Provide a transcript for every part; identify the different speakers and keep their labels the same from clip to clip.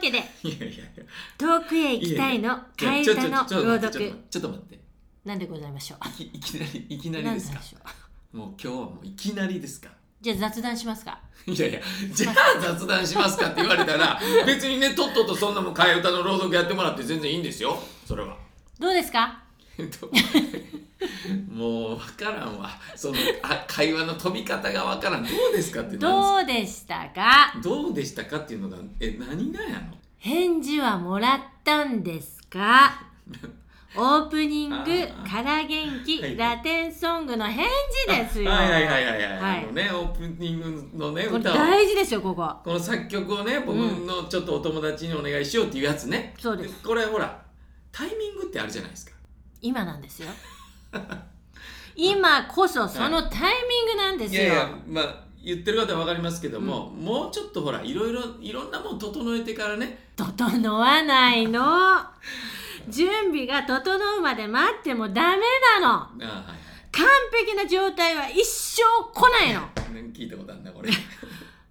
Speaker 1: けで
Speaker 2: いやいやいや
Speaker 1: 「遠くへ行きたい」の替え
Speaker 2: ちょちょ
Speaker 1: 歌の
Speaker 2: ちょちょ
Speaker 1: 朗
Speaker 2: っと待って
Speaker 1: 読
Speaker 2: ちょっと待って
Speaker 1: なんでございましょう
Speaker 2: いきいきなりいきなり
Speaker 1: なん
Speaker 2: で
Speaker 1: です
Speaker 2: か
Speaker 1: しょう
Speaker 2: もう今日はもういきな りですか
Speaker 1: じゃあ雑談しますか
Speaker 2: いやいやじゃあ雑談しますかって言われ たら別にねとっととそんなもん替え歌の朗読やってもらって全然いいんですよそれは。
Speaker 1: どうですか
Speaker 2: えっともう分からんわそのあ会話の飛び方が分からんどうですかってなん
Speaker 1: どうでしたか
Speaker 2: ですどうでしたかっていうのがえ何がやの
Speaker 1: 返事はもらったんです かオープニング
Speaker 2: あー
Speaker 1: から元気、
Speaker 2: はい
Speaker 1: ラテンソングの返事ですよ
Speaker 2: はいはいはいはいはい、
Speaker 1: はい
Speaker 2: あのねオープニングのね
Speaker 1: これ
Speaker 2: 歌を
Speaker 1: 大事ですよここ
Speaker 2: この作曲をね僕
Speaker 1: うん
Speaker 2: のちょっとお友達にお願いしようっていうやつね、
Speaker 1: そう です
Speaker 2: これほらタイミングってあるじゃないですか
Speaker 1: 今なんですよ今こそそのタイミングなんです
Speaker 2: い
Speaker 1: よ、
Speaker 2: やいやまあ言ってる方は分かりますけども、もうちょっとほらいろいろいろんなもん整えてからね
Speaker 1: 整わないの準備が整うまで待ってもダメなの
Speaker 2: ああはい
Speaker 1: 完璧な状態は一生来ないの
Speaker 2: はい聞いたことある なこれ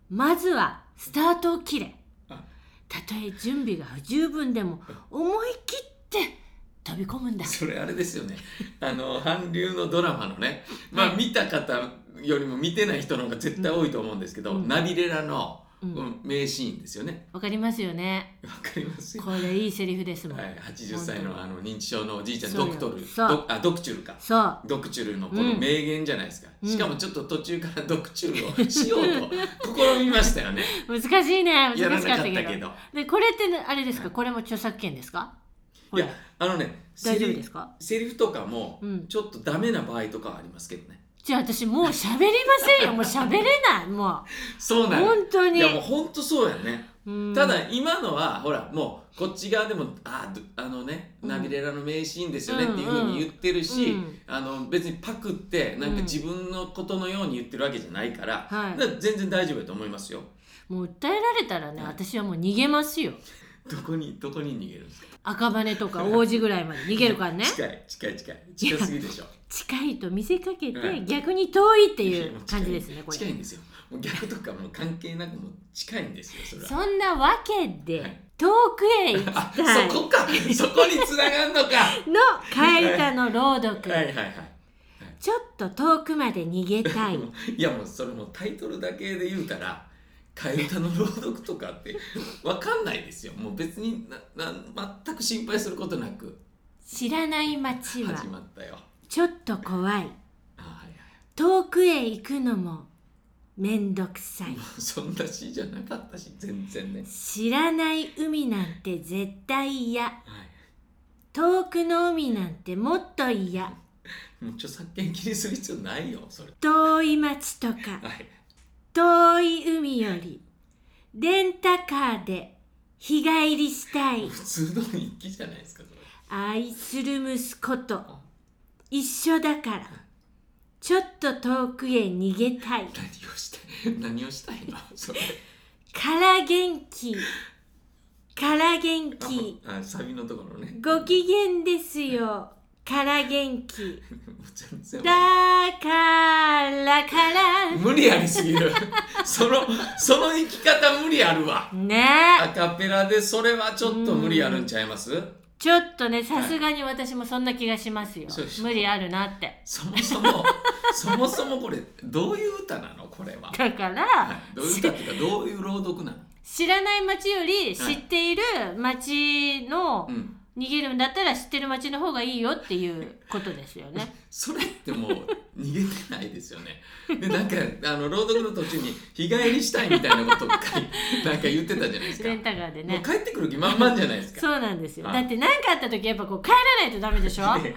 Speaker 1: まずはスタートを切れ
Speaker 2: あ
Speaker 1: たとえ準備が不十分でも思い切って飛び込むんだ
Speaker 2: それあれですよねあの韓流のドラマのねま
Speaker 1: は
Speaker 2: あ
Speaker 1: い
Speaker 2: 見た方よりも見てない人の方が絶対多いと思うんですけど、
Speaker 1: うん
Speaker 2: ナビレラの、
Speaker 1: う
Speaker 2: うんん、名シーンですよね
Speaker 1: わかりますよね
Speaker 2: わかりますよ
Speaker 1: これいいセリフですもん、
Speaker 2: はい、80歳
Speaker 1: 本
Speaker 2: のあの認知症のおじいちゃん
Speaker 1: そう
Speaker 2: ド
Speaker 1: よ
Speaker 2: クトル
Speaker 1: そう
Speaker 2: ドあドクチュルか
Speaker 1: そう
Speaker 2: ドクチュルのこの名言じゃないですか、
Speaker 1: うん
Speaker 2: しかもちょっと途中からドクチュルをしようと試みましたよね
Speaker 1: 難しいね難しか
Speaker 2: や
Speaker 1: らっ
Speaker 2: なかったた
Speaker 1: けど
Speaker 2: けど
Speaker 1: でこれってねあれですかこれも著作権ですか
Speaker 2: いやあのね
Speaker 1: 大
Speaker 2: セ
Speaker 1: 丈夫
Speaker 2: リ
Speaker 1: です
Speaker 2: フ
Speaker 1: か
Speaker 2: セリフとかも
Speaker 1: うん
Speaker 2: ちょっとダメな場合とかはありますけどね
Speaker 1: じゃあ私もう喋りませんよもう喋れないも
Speaker 2: そう
Speaker 1: う
Speaker 2: なん
Speaker 1: 本当
Speaker 2: い
Speaker 1: に
Speaker 2: やもうほんとそうやね
Speaker 1: うん
Speaker 2: ただ今のはほらもうこっち側でもあどあのね
Speaker 1: うん
Speaker 2: ナビレラの名シーンですよね
Speaker 1: うん
Speaker 2: っていうふうに言ってるし、
Speaker 1: うん
Speaker 2: あの別にパクってなん
Speaker 1: う
Speaker 2: か
Speaker 1: ん
Speaker 2: 自分のことのように言ってるわけじゃないから,、
Speaker 1: はい
Speaker 2: だから全然大丈夫だと思いますよ。
Speaker 1: もう訴えられたらね
Speaker 2: はい
Speaker 1: 私はもう逃げますよ
Speaker 2: どこにどこに逃げるんですか
Speaker 1: 赤羽とか王子ぐらいまで逃げるからね
Speaker 2: 近い近い近い近すぎでしょ。
Speaker 1: 近いと見せかけ
Speaker 2: は
Speaker 1: て
Speaker 2: い
Speaker 1: 逆に遠いっていう感じですねこ
Speaker 2: 近い
Speaker 1: れ
Speaker 2: んですよ。もう逆とかもう関係なくもう近いんですよそれは。
Speaker 1: そんなわけ
Speaker 2: は
Speaker 1: で
Speaker 2: い
Speaker 1: 遠くへ行き
Speaker 2: あ
Speaker 1: たい
Speaker 2: そこかそこに繋が んのか
Speaker 1: の替え歌の朗読
Speaker 2: はいはいはい。
Speaker 1: ちょっと遠くまで逃げたい
Speaker 2: もういやもうそれもうタイトルだけで言うから替え歌の朗読とかって分かんないですよもう別になな全く心配することなく
Speaker 1: 知らない街は
Speaker 2: 始まったよ
Speaker 1: ちょっと怖い
Speaker 2: あはいはい
Speaker 1: 遠くへ行くのもめんどくさい
Speaker 2: もうそんな詩じゃなかったし全然ね、
Speaker 1: 知らない海なんて絶対嫌
Speaker 2: はい、
Speaker 1: 遠くの海なんてもっと嫌
Speaker 2: もう著作権気にする必要ないよそれ
Speaker 1: 遠い町とか
Speaker 2: はい
Speaker 1: 遠い海よりレンタカーで日帰りしたい
Speaker 2: 普通の日記じゃないですかそれ
Speaker 1: 愛する息子と一緒だからちょっと遠くへ逃げたい
Speaker 2: 何をしたい何をしたいのそれ
Speaker 1: から元気から元
Speaker 2: あもう
Speaker 1: 気
Speaker 2: あサビのところね
Speaker 1: ご機嫌ですよから元気
Speaker 2: もう全然
Speaker 1: だからから
Speaker 2: 無理やりすぎるそのその生き方無理あるわ
Speaker 1: ねえ
Speaker 2: アカペラでそれはちょっと無理あるんちゃいます
Speaker 1: ちょっとねさすがに私もそんな気がしますよ
Speaker 2: そうでしょ
Speaker 1: 無理あるなって
Speaker 2: そもそもそもそもこれどういう歌なのこれは、
Speaker 1: だから、
Speaker 2: はい、どういう歌っていうかどういう朗読なの
Speaker 1: 知らない街より知っている街の
Speaker 2: うん
Speaker 1: 逃げるんだったら知ってる街の方がいいよっていうことですよね。
Speaker 2: それってもう逃げてないですよね。でなんかあの朗読の途中に日帰りしたいみたいなことを書いなんか言ってたじゃないです か。
Speaker 1: レンタカーで
Speaker 2: もう
Speaker 1: ね。
Speaker 2: 帰ってくる気満々じゃないですか。
Speaker 1: そうなんですよ。
Speaker 2: はい
Speaker 1: だって何かあった時やっぱこう帰らないとダメでしょ
Speaker 2: で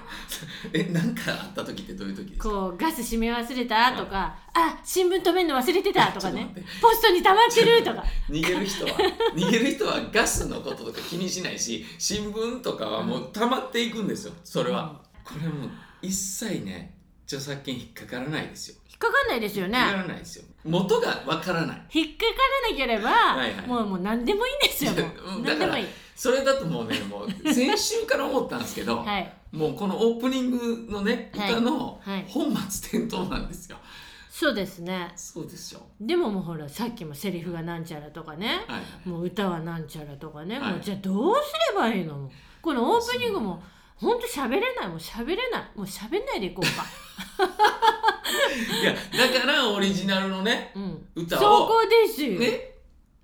Speaker 2: えなんかあった時ってどういう時ですか。
Speaker 1: こうガス閉め忘れたとか、あ新聞止めるの忘れてたとかね
Speaker 2: ちょっと待っ
Speaker 1: ポストに溜まってるとか
Speaker 2: 逃げる人は逃げる人はガスのこととか気にしないし新聞とかはもう溜まっていくんですよそれは、これもう一切ね著作権引っかからないですよ
Speaker 1: 引っかかんないですよ
Speaker 2: 引っかか
Speaker 1: ね。
Speaker 2: らないですよ元がわからない
Speaker 1: 引っかからなければ、
Speaker 2: いはい
Speaker 1: もうもう何でもいいんですよ。もう
Speaker 2: うん
Speaker 1: 何でもいい。
Speaker 2: それだともう ねもう先週から思ったんですけど、
Speaker 1: はい。
Speaker 2: もうこのオープニングのね
Speaker 1: はい
Speaker 2: 歌の
Speaker 1: はい
Speaker 2: 本末転倒なんですよ、
Speaker 1: そうですね
Speaker 2: そうですよ
Speaker 1: でももうほらさっきもセリフがなんちゃらとかね
Speaker 2: はい
Speaker 1: もう歌はなんちゃらとかね、
Speaker 2: はい
Speaker 1: もうじゃあどうすればいいのこのオープニングもほんと喋れないもう喋れないもう喋んないでいこ うか
Speaker 2: いやだからオリジナルのね
Speaker 1: うん
Speaker 2: 歌
Speaker 1: そ
Speaker 2: を
Speaker 1: こですよ、
Speaker 2: ね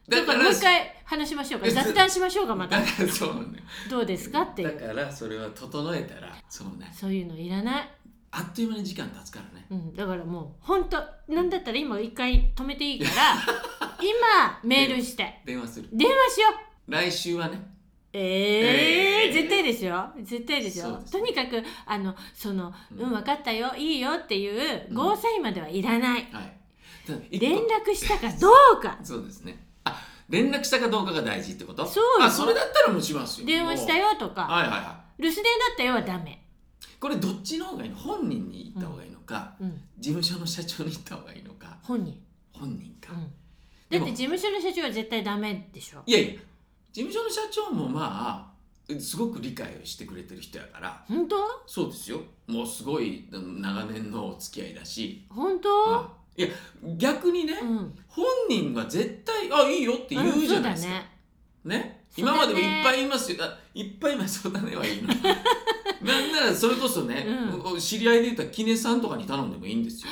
Speaker 1: だ
Speaker 2: だ
Speaker 1: か
Speaker 2: からら
Speaker 1: もう一回話しましょうか
Speaker 2: えず
Speaker 1: 雑談しましょうかま
Speaker 2: だ
Speaker 1: た
Speaker 2: からそうなんだよ
Speaker 1: どうですかってい
Speaker 2: だ
Speaker 1: う
Speaker 2: からそれは整えたらそのね
Speaker 1: そういうのいらない、
Speaker 2: あっという間に時間経つからね
Speaker 1: うん、だからもうほんとなんだったら今一回止めていいから 今メールして
Speaker 2: 電話する
Speaker 1: 電話しよう
Speaker 2: 来週はね
Speaker 1: ええ
Speaker 2: えー
Speaker 1: 絶対ですよ絶対です
Speaker 2: そ
Speaker 1: よ
Speaker 2: うです
Speaker 1: とにかくあのその「
Speaker 2: うん
Speaker 1: うん分かったよいいよ」っていう
Speaker 2: うん
Speaker 1: ゴーサインまではいらない、
Speaker 2: はいただ一個
Speaker 1: 連絡したかどうか
Speaker 2: そうですねあ連絡したかどうかが大事ってこと
Speaker 1: そうよ
Speaker 2: あそれだったらもうしますよ
Speaker 1: 電話した
Speaker 2: よ
Speaker 1: よとか
Speaker 2: はいはいは
Speaker 1: 留守電だったよはダメ、
Speaker 2: いこれどっちの方がいいの本人に言った方がいいのか、
Speaker 1: うん、
Speaker 2: 事務所の社長に言った方がいいのか
Speaker 1: 本人、
Speaker 2: 本人か、
Speaker 1: うん、だ
Speaker 2: で
Speaker 1: っ
Speaker 2: も
Speaker 1: て事務所の社長は絶対ダメでしょ
Speaker 2: いやいや事務所の社長もまあすごく理解をしてくれてる人やから
Speaker 1: 本当
Speaker 2: そうですよもうすごいうん長年のお付き合いだし、
Speaker 1: 本当
Speaker 2: はいいや逆にね、
Speaker 1: うん
Speaker 2: 本人が絶対「あいいよ」って言うじゃないですか、
Speaker 1: うんそうだね
Speaker 2: ね
Speaker 1: そうだ
Speaker 2: 今
Speaker 1: ね
Speaker 2: までもいっぱいいますよあいっぱいいますそうだねはいいの なんならそれこそね、
Speaker 1: う
Speaker 2: 知り合いで言ったらキネさんとかに頼んでもいいんですよ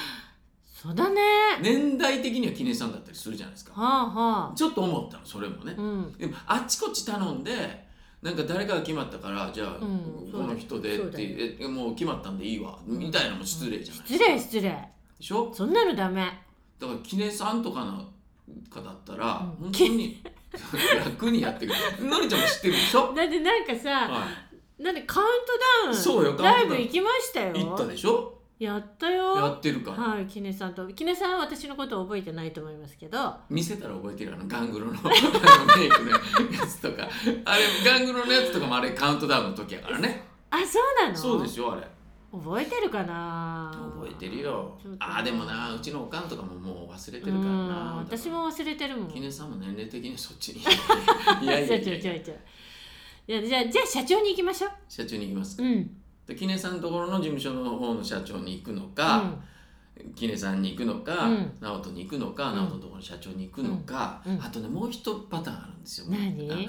Speaker 1: そうだね
Speaker 2: 年代的にはキネさんだったりするじゃないですか
Speaker 1: はあはあ
Speaker 2: ちょっと思ったのそれもね、
Speaker 1: うん
Speaker 2: でもあっちこっち頼んでなんか誰かが決まったからじゃあ、
Speaker 1: うん
Speaker 2: この人でっ
Speaker 1: そうだ
Speaker 2: て、
Speaker 1: よそうだ
Speaker 2: えもう決まったんでいいわみたいなのも失礼じゃない
Speaker 1: 失礼失礼
Speaker 2: でしょ
Speaker 1: そんなのダメ
Speaker 2: だからキネさんとかのかだったら、
Speaker 1: うん
Speaker 2: 本当に楽にやってくれるのりちゃんも知ってるでしょ、
Speaker 1: だってなんかさ
Speaker 2: は
Speaker 1: なんでカウントダウン
Speaker 2: そうよカウントダ
Speaker 1: ラ
Speaker 2: ウ
Speaker 1: イ
Speaker 2: ン
Speaker 1: ブ行きましたよ
Speaker 2: い、行ったでしょ
Speaker 1: やったよ
Speaker 2: やってるから、
Speaker 1: はい、キネさんとキネさんは私のことを覚えてないと思いますけどあ
Speaker 2: 見せたら覚えてるあのガングロのあのメイクのやつとかあれガングロのやつとかもあれカウントダウンの時やからね
Speaker 1: そうなの
Speaker 2: そうでしょあれ
Speaker 1: 覚えてるかな
Speaker 2: 覚えてるよ
Speaker 1: ちょっと
Speaker 2: あーでもなうちのおかんとかももう忘れて
Speaker 1: う
Speaker 2: るから
Speaker 1: ん
Speaker 2: な
Speaker 1: 私も忘れてるもん
Speaker 2: 記
Speaker 1: ちょ
Speaker 2: 念さんも年齢的にそっち にいやいや
Speaker 1: ちょ
Speaker 2: い
Speaker 1: ち
Speaker 2: や
Speaker 1: ょちょいやじゃあじゃあ社長に行きましょ
Speaker 2: 社長に行きます
Speaker 1: ううん
Speaker 2: で記念さんのところの事務所の方の社長に行くのか、記念さんに行くのか、
Speaker 1: うん
Speaker 2: 直人に行くのか、
Speaker 1: うん
Speaker 2: 直人のところの社長に行くのか、
Speaker 1: うんうん
Speaker 2: あとねもう一パターンあるんですよ
Speaker 1: うん、何
Speaker 2: あ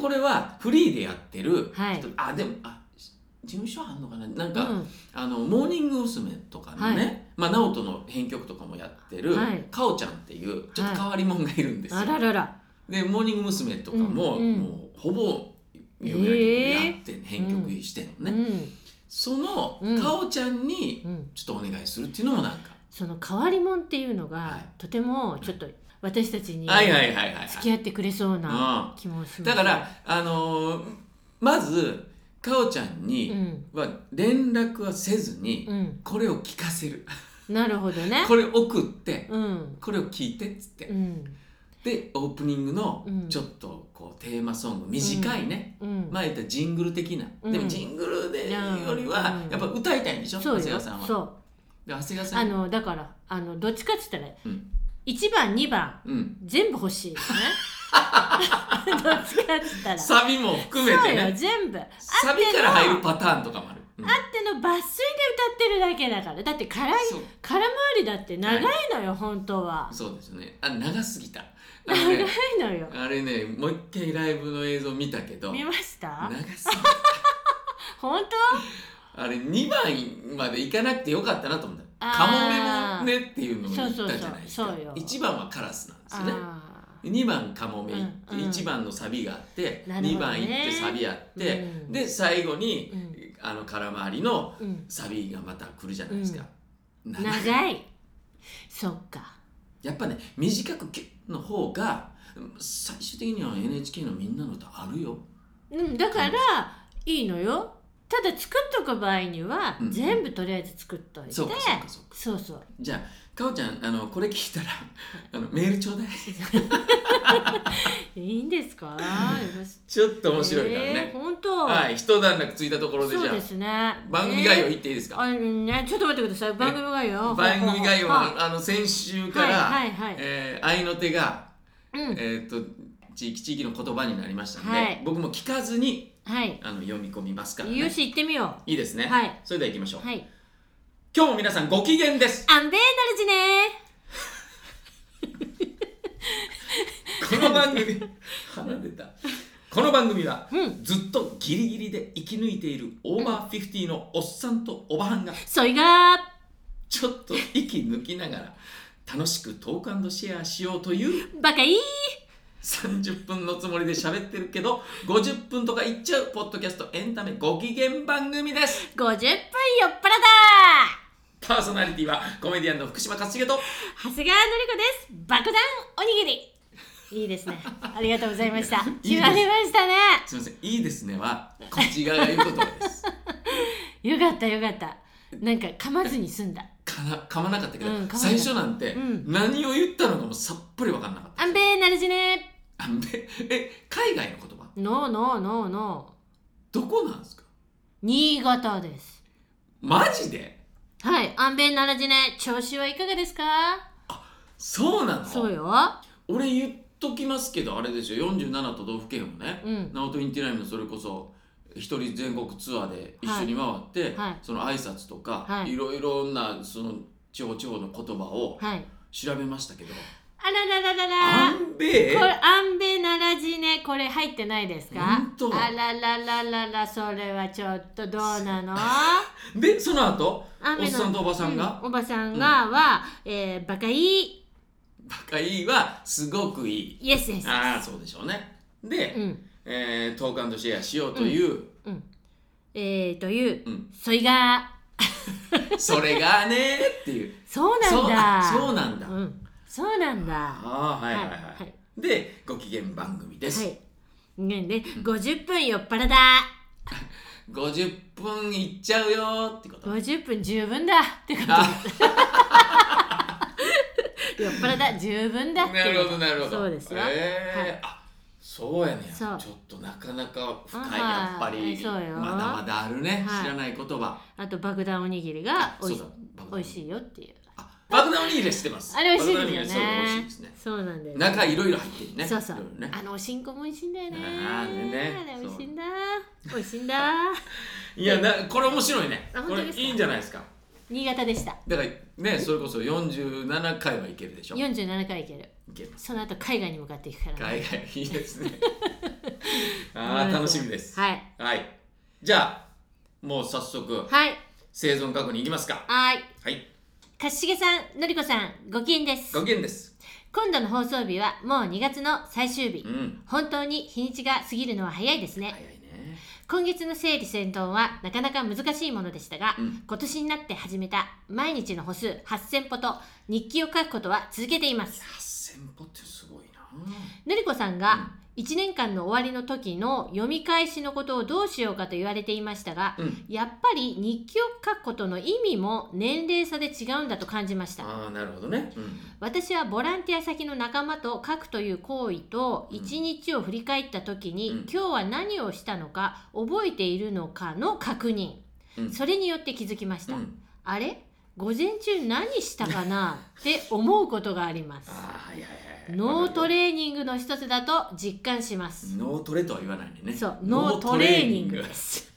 Speaker 2: これはフリーでやってる、
Speaker 1: はい
Speaker 2: 人あでもあし事務所あんのかななん
Speaker 1: う
Speaker 2: か、
Speaker 1: ん
Speaker 2: あのモーニング娘。とかのね、
Speaker 1: はい
Speaker 2: まあ、直人の編曲とかもやってる、
Speaker 1: はい
Speaker 2: かおちゃんっていうちょっと変わり者がいるんですよ、
Speaker 1: あららら
Speaker 2: でモーニング娘。とかも、
Speaker 1: うんうん
Speaker 2: もうほぼ有名な曲やって、編曲してんのね、その
Speaker 1: うん
Speaker 2: かおちゃんに
Speaker 1: うんうん
Speaker 2: ちょっとお願いするっていうのもなんか、
Speaker 1: その変わり者っていうのが、
Speaker 2: はい
Speaker 1: とてもちょっと私たちに
Speaker 2: はいはいはいはい、
Speaker 1: 付き合ってくれそうな
Speaker 2: は
Speaker 1: 気もし
Speaker 2: いうん、
Speaker 1: ます
Speaker 2: だから、あのーまずかおちゃん
Speaker 1: う
Speaker 2: に
Speaker 1: ん
Speaker 2: は連絡はせずに、
Speaker 1: うん
Speaker 2: これを聞かせる
Speaker 1: なるほどね
Speaker 2: これ送って
Speaker 1: うん
Speaker 2: これを聞いてっつって、
Speaker 1: うん
Speaker 2: でオープニングの
Speaker 1: うん
Speaker 2: ちょっとこうテーマソング短いね、
Speaker 1: うん
Speaker 2: 前言ったジングル的な、
Speaker 1: うん
Speaker 2: でもジングルでよりは
Speaker 1: うん
Speaker 2: やっぱ歌いたいんでしょ、
Speaker 1: そう
Speaker 2: 長谷
Speaker 1: よ
Speaker 2: 川さんは。
Speaker 1: そう
Speaker 2: で長谷川さ
Speaker 1: あ
Speaker 2: ん
Speaker 1: のだからあのどっちかって言ったら、
Speaker 2: うん
Speaker 1: 一1番2番
Speaker 2: うん、
Speaker 1: 全部欲しい ですねどっちかって言ったら
Speaker 2: サビも含め
Speaker 1: そう
Speaker 2: て
Speaker 1: よ
Speaker 2: ね
Speaker 1: 全部あっ
Speaker 2: サビから入るパターンとかもある。うん
Speaker 1: ての抜粋で歌ってるだけだからだって空い
Speaker 2: そう
Speaker 1: 空回りだって長いのよ、本当は
Speaker 2: そうですよねあ長すぎたあ
Speaker 1: 長
Speaker 2: の
Speaker 1: い
Speaker 2: ね
Speaker 1: のよ
Speaker 2: あれねもう一回ライブの映像見たけど
Speaker 1: 見
Speaker 2: 長
Speaker 1: ました
Speaker 2: すぎた
Speaker 1: 本当
Speaker 2: あれ2番まで行かなくてよかったなと思った
Speaker 1: あー
Speaker 2: カモメもねっていうのを言ったじゃないです
Speaker 1: そうそうそ
Speaker 2: か
Speaker 1: うそうよ
Speaker 2: 1番はカラスなんですよね
Speaker 1: あ
Speaker 2: 2番カモメ行って、
Speaker 1: うんうん
Speaker 2: 1番のサビがあって、
Speaker 1: なるほ
Speaker 2: 2
Speaker 1: ど
Speaker 2: 番
Speaker 1: ね
Speaker 2: 行ってサビあって、
Speaker 1: うん
Speaker 2: で最後に、
Speaker 1: うん
Speaker 2: あの空回りの
Speaker 1: ーうん
Speaker 2: サビがまた来るじゃないですか、な
Speaker 1: 長いそっか
Speaker 2: やっぱね短くキュッの方が最終的には NHK のみんなの歌あるよ
Speaker 1: うんだからいいのよただ作っとく場合には、
Speaker 2: うん
Speaker 1: 全部とりあえず作っといて
Speaker 2: そうかそうかそうか
Speaker 1: そう そう
Speaker 2: じゃあかおちゃんあのこれ聞い たらあのメールちょうだい
Speaker 1: いいんですか。よろし
Speaker 2: ちょっと面白いから
Speaker 1: えー
Speaker 2: ね、
Speaker 1: 本当。
Speaker 2: はい一段落ついたところでじ
Speaker 1: そう
Speaker 2: ゃ
Speaker 1: ですね
Speaker 2: あ。番組概要
Speaker 1: えー
Speaker 2: 言っていいですか、
Speaker 1: あね、ちょっと待ってください。番組概要。
Speaker 2: 番組概要
Speaker 1: は
Speaker 2: はあの先週
Speaker 1: い
Speaker 2: から、
Speaker 1: はいはいはい。
Speaker 2: えー愛の手が
Speaker 1: うん。
Speaker 2: えー、と地域地域の言葉になりましたので、
Speaker 1: はい
Speaker 2: 僕も聞かずに
Speaker 1: はい。
Speaker 2: あの読み込みますから、ね、
Speaker 1: よし行ってみよ
Speaker 2: いいですね、
Speaker 1: はい
Speaker 2: それではいきましょう、
Speaker 1: う。はい。
Speaker 2: 今日も皆さんご機嫌です
Speaker 1: アンベーナルジね
Speaker 2: この番組 鼻出たこの番組は、
Speaker 1: うん
Speaker 2: ずっとギリギリで生き抜いているオーバーフィフティのおっさんとおばはんが
Speaker 1: そいが
Speaker 2: ちょっと息抜きながら楽しくトークシェアしようという
Speaker 1: バカいい
Speaker 2: 30分のつもりで喋ってるけど50分とかいっちゃうポッドキャストエンタメご機嫌番組です
Speaker 1: 50分酔っ払だ
Speaker 2: パーソナリティはコメディアンの福島勝重と
Speaker 1: 長谷川のりこです爆弾おにぎりいい ですねありがとうございました
Speaker 2: い
Speaker 1: 決
Speaker 2: いです
Speaker 1: まりましたね
Speaker 2: すみません「いいですね」はこっち側が言うことです
Speaker 1: よかったよかったなんか噛まずに済んだ
Speaker 2: かな噛まなかったけど、
Speaker 1: うん噛まなかった
Speaker 2: 最初なんて
Speaker 1: うん
Speaker 2: 何を言ったのかもさっぱり分かんなかった、
Speaker 1: アンベーナルジね
Speaker 2: あんでえ海外の言葉
Speaker 1: ノーノーノーノー
Speaker 2: どこなんですか
Speaker 1: 新潟です
Speaker 2: マジで
Speaker 1: はいアンベーナルジね調子はいかがですか
Speaker 2: そうなの
Speaker 1: そうよ
Speaker 2: 俺言っときますけどあれでしょ47都道府県をね、
Speaker 1: うん
Speaker 2: ナオトインティライミのそれこそ一人全国ツアーで一緒に回って、
Speaker 1: はいはい
Speaker 2: その挨拶とか、
Speaker 1: はい
Speaker 2: い、ろいろなその地方地方の言葉を
Speaker 1: はい
Speaker 2: 調べましたけど、
Speaker 1: あらららら
Speaker 2: ア
Speaker 1: ら
Speaker 2: ンベ
Speaker 1: これアンベならじねこれ入ってないですか
Speaker 2: 本当
Speaker 1: あらららららそれはちょっとどうなの
Speaker 2: でその後
Speaker 1: 雨の
Speaker 2: おっさんとおばさんが
Speaker 1: うんおばさんがは、えーバカいい
Speaker 2: 「バカいい」はすごくいい
Speaker 1: イエスです
Speaker 2: ああそうでしょうねで、
Speaker 1: うん
Speaker 2: えー、トークシェアしようという、
Speaker 1: えー、という、
Speaker 2: うん
Speaker 1: そいが
Speaker 2: それがねーっていう
Speaker 1: そうなんだ
Speaker 2: そうあそうなんだ、あ
Speaker 1: うんそうなんだ
Speaker 2: あーはいはいはい、
Speaker 1: はいはい
Speaker 2: でご機嫌番組です、
Speaker 1: はいねね50分酔っ払だ
Speaker 2: 50分いっちゃうよーってこと
Speaker 1: 50分十分だってこと
Speaker 2: あ
Speaker 1: 酔っ払だ十分だってこと
Speaker 2: なるほどなるほど
Speaker 1: そうですよ、
Speaker 2: えー
Speaker 1: はい
Speaker 2: あそうやねんちょ
Speaker 1: そう
Speaker 2: っとなかなか深い
Speaker 1: あー
Speaker 2: やっぱ
Speaker 1: え
Speaker 2: り
Speaker 1: そうよ
Speaker 2: まだまだあるね、
Speaker 1: はい
Speaker 2: 知らない言葉
Speaker 1: あと爆弾おにぎりがおい
Speaker 2: そうだ爆弾
Speaker 1: おいしいよっていう
Speaker 2: あ爆弾おにぎりは知ってます
Speaker 1: あれ美味しいですよね
Speaker 2: 爆弾おにぎりはそう美味しいですね
Speaker 1: そうなんだよ
Speaker 2: 中いろいろ入ってるね
Speaker 1: そうそう
Speaker 2: いろいろね
Speaker 1: あのおしんこも美味しいんだよね
Speaker 2: あーね
Speaker 1: あれ美味しいんだ美味しいんだ
Speaker 2: いやなこれ面白いね
Speaker 1: あ本
Speaker 2: こ
Speaker 1: 当
Speaker 2: れ
Speaker 1: ですか
Speaker 2: いいんじゃないですか
Speaker 1: 新潟でした
Speaker 2: だからねそれこそ47回はいけるでしょい
Speaker 1: 47回行ける
Speaker 2: けます
Speaker 1: その後海外に向かっていくからね、
Speaker 2: 海外いいで すねああ楽しみです
Speaker 1: はい
Speaker 2: はいじゃあもう早速
Speaker 1: はい
Speaker 2: 生存確認いきますか
Speaker 1: はい
Speaker 2: はい
Speaker 1: かしげさんのりこさんごきげんです
Speaker 2: ご機嫌です
Speaker 1: 今度の放送日はもう2月の最終日、
Speaker 2: うん
Speaker 1: 本当に日にちが過ぎるのは早いですね、
Speaker 2: 早いね
Speaker 1: 今月の整理整頓はなかなか難しいものでしたが、
Speaker 2: うん
Speaker 1: 今年になって始めた毎日の歩数8000歩と日記を書くことは続けています
Speaker 2: 8000歩ってすごいな
Speaker 1: のりこさん
Speaker 2: うん
Speaker 1: が1年間の終わりの時の読み返しのことをどうしようかと言われていましたが、
Speaker 2: うん
Speaker 1: やっぱり日記を書くことの意味も年齢差で違うんだと感じました
Speaker 2: ああなるほどねうん
Speaker 1: 私はボランティア先の仲間と書くという行為と
Speaker 2: うん
Speaker 1: 一日を振り返った時に、
Speaker 2: うん
Speaker 1: 今日は何をしたのか覚えているのかの確認、
Speaker 2: うん
Speaker 1: それによって気づきまし
Speaker 2: う
Speaker 1: た、
Speaker 2: ん
Speaker 1: あれ午前中何したかなって思うことがあります
Speaker 2: ああはいはいはい
Speaker 1: 脳ト
Speaker 2: レ
Speaker 1: レーニングの一つだと実感します、
Speaker 2: 脳トレとは言わないんでね
Speaker 1: そう脳トレーニングです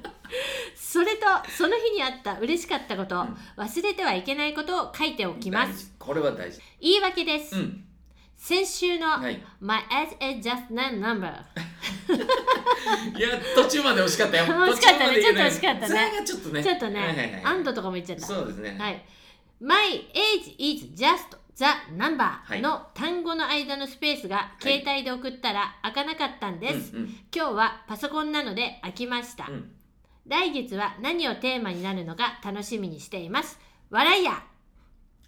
Speaker 1: それとその日にあった嬉しかったこと、
Speaker 2: うん
Speaker 1: 忘れてはいけないことを書いておきま
Speaker 2: 大
Speaker 1: す
Speaker 2: 事これは大事
Speaker 1: 言い訳です、
Speaker 2: うん
Speaker 1: 先週の、
Speaker 2: はい
Speaker 1: My ass is just one number
Speaker 2: いや途中まで惜しかった よ
Speaker 1: 惜しかったね
Speaker 2: 途中まで言
Speaker 1: ちょ
Speaker 2: えない
Speaker 1: っと惜しかったね
Speaker 2: ザーがちょっとね
Speaker 1: ちょっと
Speaker 2: はいはい
Speaker 1: ね
Speaker 2: は、い
Speaker 1: アンドとかも言っちゃった。
Speaker 2: そうですね
Speaker 1: はい。My age is just the number
Speaker 2: い
Speaker 1: の単語の間のスペースが携帯で送ったら開かなかったんです。
Speaker 2: うんうん
Speaker 1: 今日はパソコンなので開きました。
Speaker 2: うん
Speaker 1: 来月は何をテーマになるのか楽しみにしています。笑いや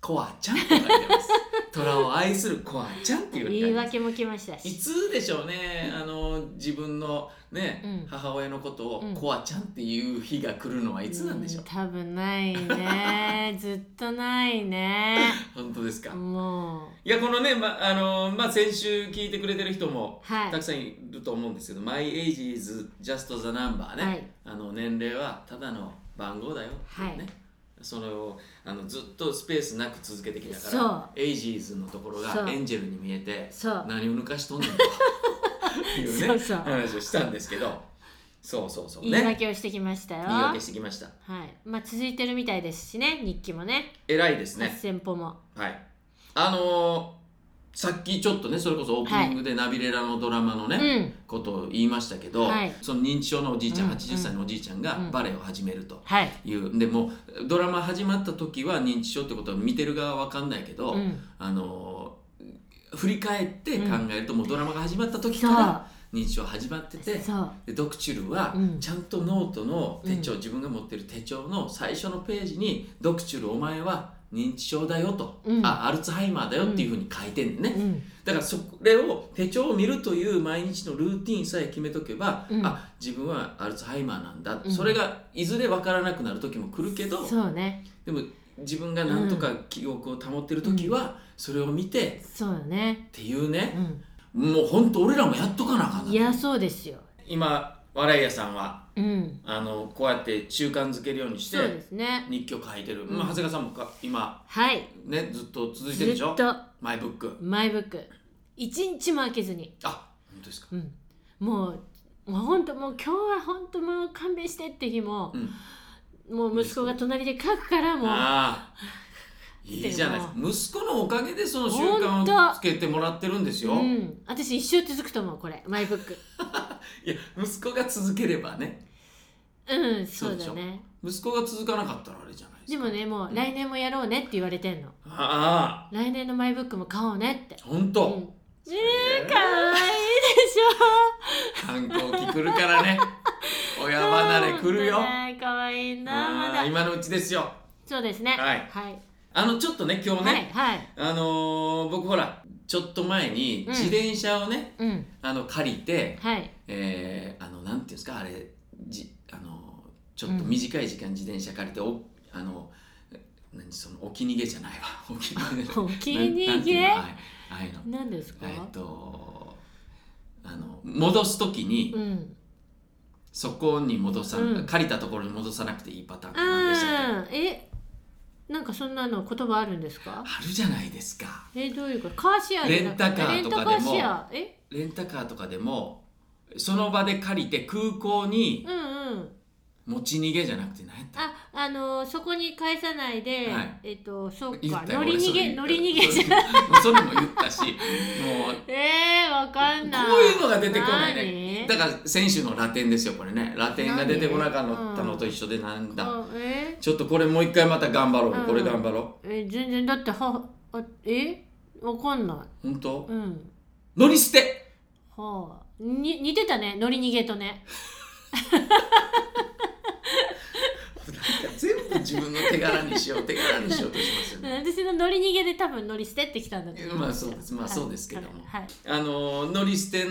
Speaker 2: コアちゃんとか言ってます 虎を愛するコアちゃんっていう
Speaker 1: 言い訳も来ました
Speaker 2: い
Speaker 1: し。
Speaker 2: つでしょうねあの自分のね、
Speaker 1: うん
Speaker 2: 母親のことを
Speaker 1: うん
Speaker 2: コアちゃんっていう日が来るのはいつなんでしょう
Speaker 1: う、多分ない ね。ずっとないね。
Speaker 2: 本当ですか、
Speaker 1: もう。
Speaker 2: いやこのね、まあのまあ、先週聞いてくれてる人も
Speaker 1: はい
Speaker 2: たく。さんいると思うんですけど「My age is just the number ね」
Speaker 1: はい
Speaker 2: あの年齢はただの番号だよ、
Speaker 1: はい
Speaker 2: ねそのあのずっとスペースなく続けてきたか
Speaker 1: そ
Speaker 2: ら
Speaker 1: う
Speaker 2: 「エイジーズ」のところ
Speaker 1: そう
Speaker 2: がエンジェルに見えて
Speaker 1: そう。
Speaker 2: 何を抜かしとんねんというね
Speaker 1: そうそう
Speaker 2: 話をしたんですけどそうそうそう
Speaker 1: 言い
Speaker 2: ね
Speaker 1: 訳をしてきましたよ。
Speaker 2: 言い
Speaker 1: は
Speaker 2: 訳してきました
Speaker 1: い。まあ続いてるみたいですしね、日記もね、
Speaker 2: 偉いですね
Speaker 1: 8000歩も。
Speaker 2: はいあのーさっきちょっとねそれこそオープニングでナビレラのドラマのね、
Speaker 1: うん。
Speaker 2: ことを言いましたけど、
Speaker 1: はい
Speaker 2: その認知症のおじいちゃん、
Speaker 1: うん
Speaker 2: 80歳のおじいちゃんが
Speaker 1: うん
Speaker 2: バレエを始めると
Speaker 1: はい。
Speaker 2: いう、でもドラマ始まった時は認知症ってことは見てる側は分かんないけど、
Speaker 1: うん。
Speaker 2: あの振り返って考えると、もうドラマが始まった時
Speaker 1: そう
Speaker 2: から認知症始まってて
Speaker 1: そう。
Speaker 2: でドクチュルは
Speaker 1: うん
Speaker 2: ちゃんとノートの手帳、
Speaker 1: う
Speaker 2: 自分が持ってる手帳の最初のページに「ドクチュルお前は認知症だよと」
Speaker 1: うん
Speaker 2: あアルツハイマーだよっていうふうに書いてんね、
Speaker 1: うん。
Speaker 2: だからそれを手帳を見るという毎日のルーティンさえ決めとけば、
Speaker 1: うん
Speaker 2: あ自分はアルツハイマーなんだ、
Speaker 1: うん
Speaker 2: それがいずれ分からなくなる時も来るけど
Speaker 1: そうね。
Speaker 2: でも自分がなんとか記憶を保ってる時はそれを見て、っ
Speaker 1: そうよね。
Speaker 2: ていう
Speaker 1: う
Speaker 2: ね
Speaker 1: ん。
Speaker 2: もうほんと俺らもやっとかなあかんない
Speaker 1: や、そうですよ。
Speaker 2: 今笑い屋さんは
Speaker 1: うん。
Speaker 2: あのこうやって習慣づけるようにし
Speaker 1: そう
Speaker 2: て
Speaker 1: ですね。
Speaker 2: 日記を書いてる、
Speaker 1: うん
Speaker 2: まあ、長谷川さんもか今
Speaker 1: はい。
Speaker 2: ねずっと続いて
Speaker 1: ず
Speaker 2: るで
Speaker 1: っ
Speaker 2: しょ
Speaker 1: と
Speaker 2: マイブック
Speaker 1: マイブック一日も開けずに。
Speaker 2: あ本当ですか
Speaker 1: うん。もう。もう本当もう今日は本当もう勘弁してって日も、
Speaker 2: うん
Speaker 1: もう息子が隣で書くからもう
Speaker 2: ああいいじゃないですか息子のおかげでその習
Speaker 1: ほん
Speaker 2: 慣を
Speaker 1: と
Speaker 2: つけてもらってるんですよ、
Speaker 1: う
Speaker 2: い
Speaker 1: ん、私一生続くと思うこれマイブック
Speaker 2: や息子が続ければね
Speaker 1: うんそうだね
Speaker 2: 息子が続かなかったらあれじゃないです
Speaker 1: で
Speaker 2: か
Speaker 1: もねも
Speaker 2: う
Speaker 1: うん来年もやろうねって言われてんの
Speaker 2: あ
Speaker 1: 来年のマイブックも買おうねって
Speaker 2: あ本
Speaker 1: う
Speaker 2: 当、
Speaker 1: んえー、かわいいでし
Speaker 2: 反抗期来るか らね親
Speaker 1: ょ
Speaker 2: 離れ来るよ
Speaker 1: 本当ねかわいいなま
Speaker 2: あー
Speaker 1: だ
Speaker 2: 今のうちですよ
Speaker 1: そうですね
Speaker 2: はい
Speaker 1: はい
Speaker 2: あのちょっとね今日ね、
Speaker 1: はいはい
Speaker 2: あのー僕ほらちょっと前に
Speaker 1: うん
Speaker 2: 自転車をね、
Speaker 1: うん
Speaker 2: あの借りて
Speaker 1: はい
Speaker 2: えーあのなんていうんですかあれじあのちょっと短い時間自転車借りておあの何その置き逃げじゃないわ 置き逃げじゃない
Speaker 1: お気に
Speaker 2: なん
Speaker 1: 入
Speaker 2: ていう
Speaker 1: り
Speaker 2: のあああいうの
Speaker 1: 何ですか
Speaker 2: えっとあの戻す時に、
Speaker 1: うん
Speaker 2: そこに戻さ、
Speaker 1: うん
Speaker 2: 借りたところに戻さなくていいパターンって何でしたっけ
Speaker 1: あーえなんかそんなの言葉あるんですか
Speaker 2: あるじゃないですか
Speaker 1: えどういうことカーシェアじゃなくて
Speaker 2: レンタカーと
Speaker 1: レンタカ
Speaker 2: かでも
Speaker 1: ーシェアえ
Speaker 2: レンタカーとかでもその場で借りて空港に
Speaker 1: うんうん。
Speaker 2: 持ち逃げじゃなくて何やった
Speaker 1: あ、あのーそこに返さないで、
Speaker 2: はい
Speaker 1: えっと、そう
Speaker 2: 言っ
Speaker 1: か、
Speaker 2: たよ
Speaker 1: 乗り
Speaker 2: 俺
Speaker 1: 逃
Speaker 2: それ
Speaker 1: げ、乗り逃げじゃ。
Speaker 2: それも言ったしもう
Speaker 1: えー、わかんない。
Speaker 2: こういうのが出てこないね
Speaker 1: 何
Speaker 2: だから先週のラテンですよこれねラテンが出てこなかったのと一緒でなんだ、
Speaker 1: あえ
Speaker 2: ちょっとこれもう一回また頑張ろう、
Speaker 1: うん
Speaker 2: これ頑張ろ
Speaker 1: ー、えー全然だって、は、あ、えー、わかんな
Speaker 2: う本当、
Speaker 1: い。うん。
Speaker 2: 乗り捨て
Speaker 1: はあ、に、似てたね、乗り逃げとね。
Speaker 2: なんか全部自分の手柄にしよう手柄にしようとします よね
Speaker 1: 私の乗り逃げで、多分乗り捨てってきたんだと思
Speaker 2: まあ
Speaker 1: んよ
Speaker 2: そうですまあ
Speaker 1: はい
Speaker 2: そうですけども
Speaker 1: はい。
Speaker 2: あのー乗り捨て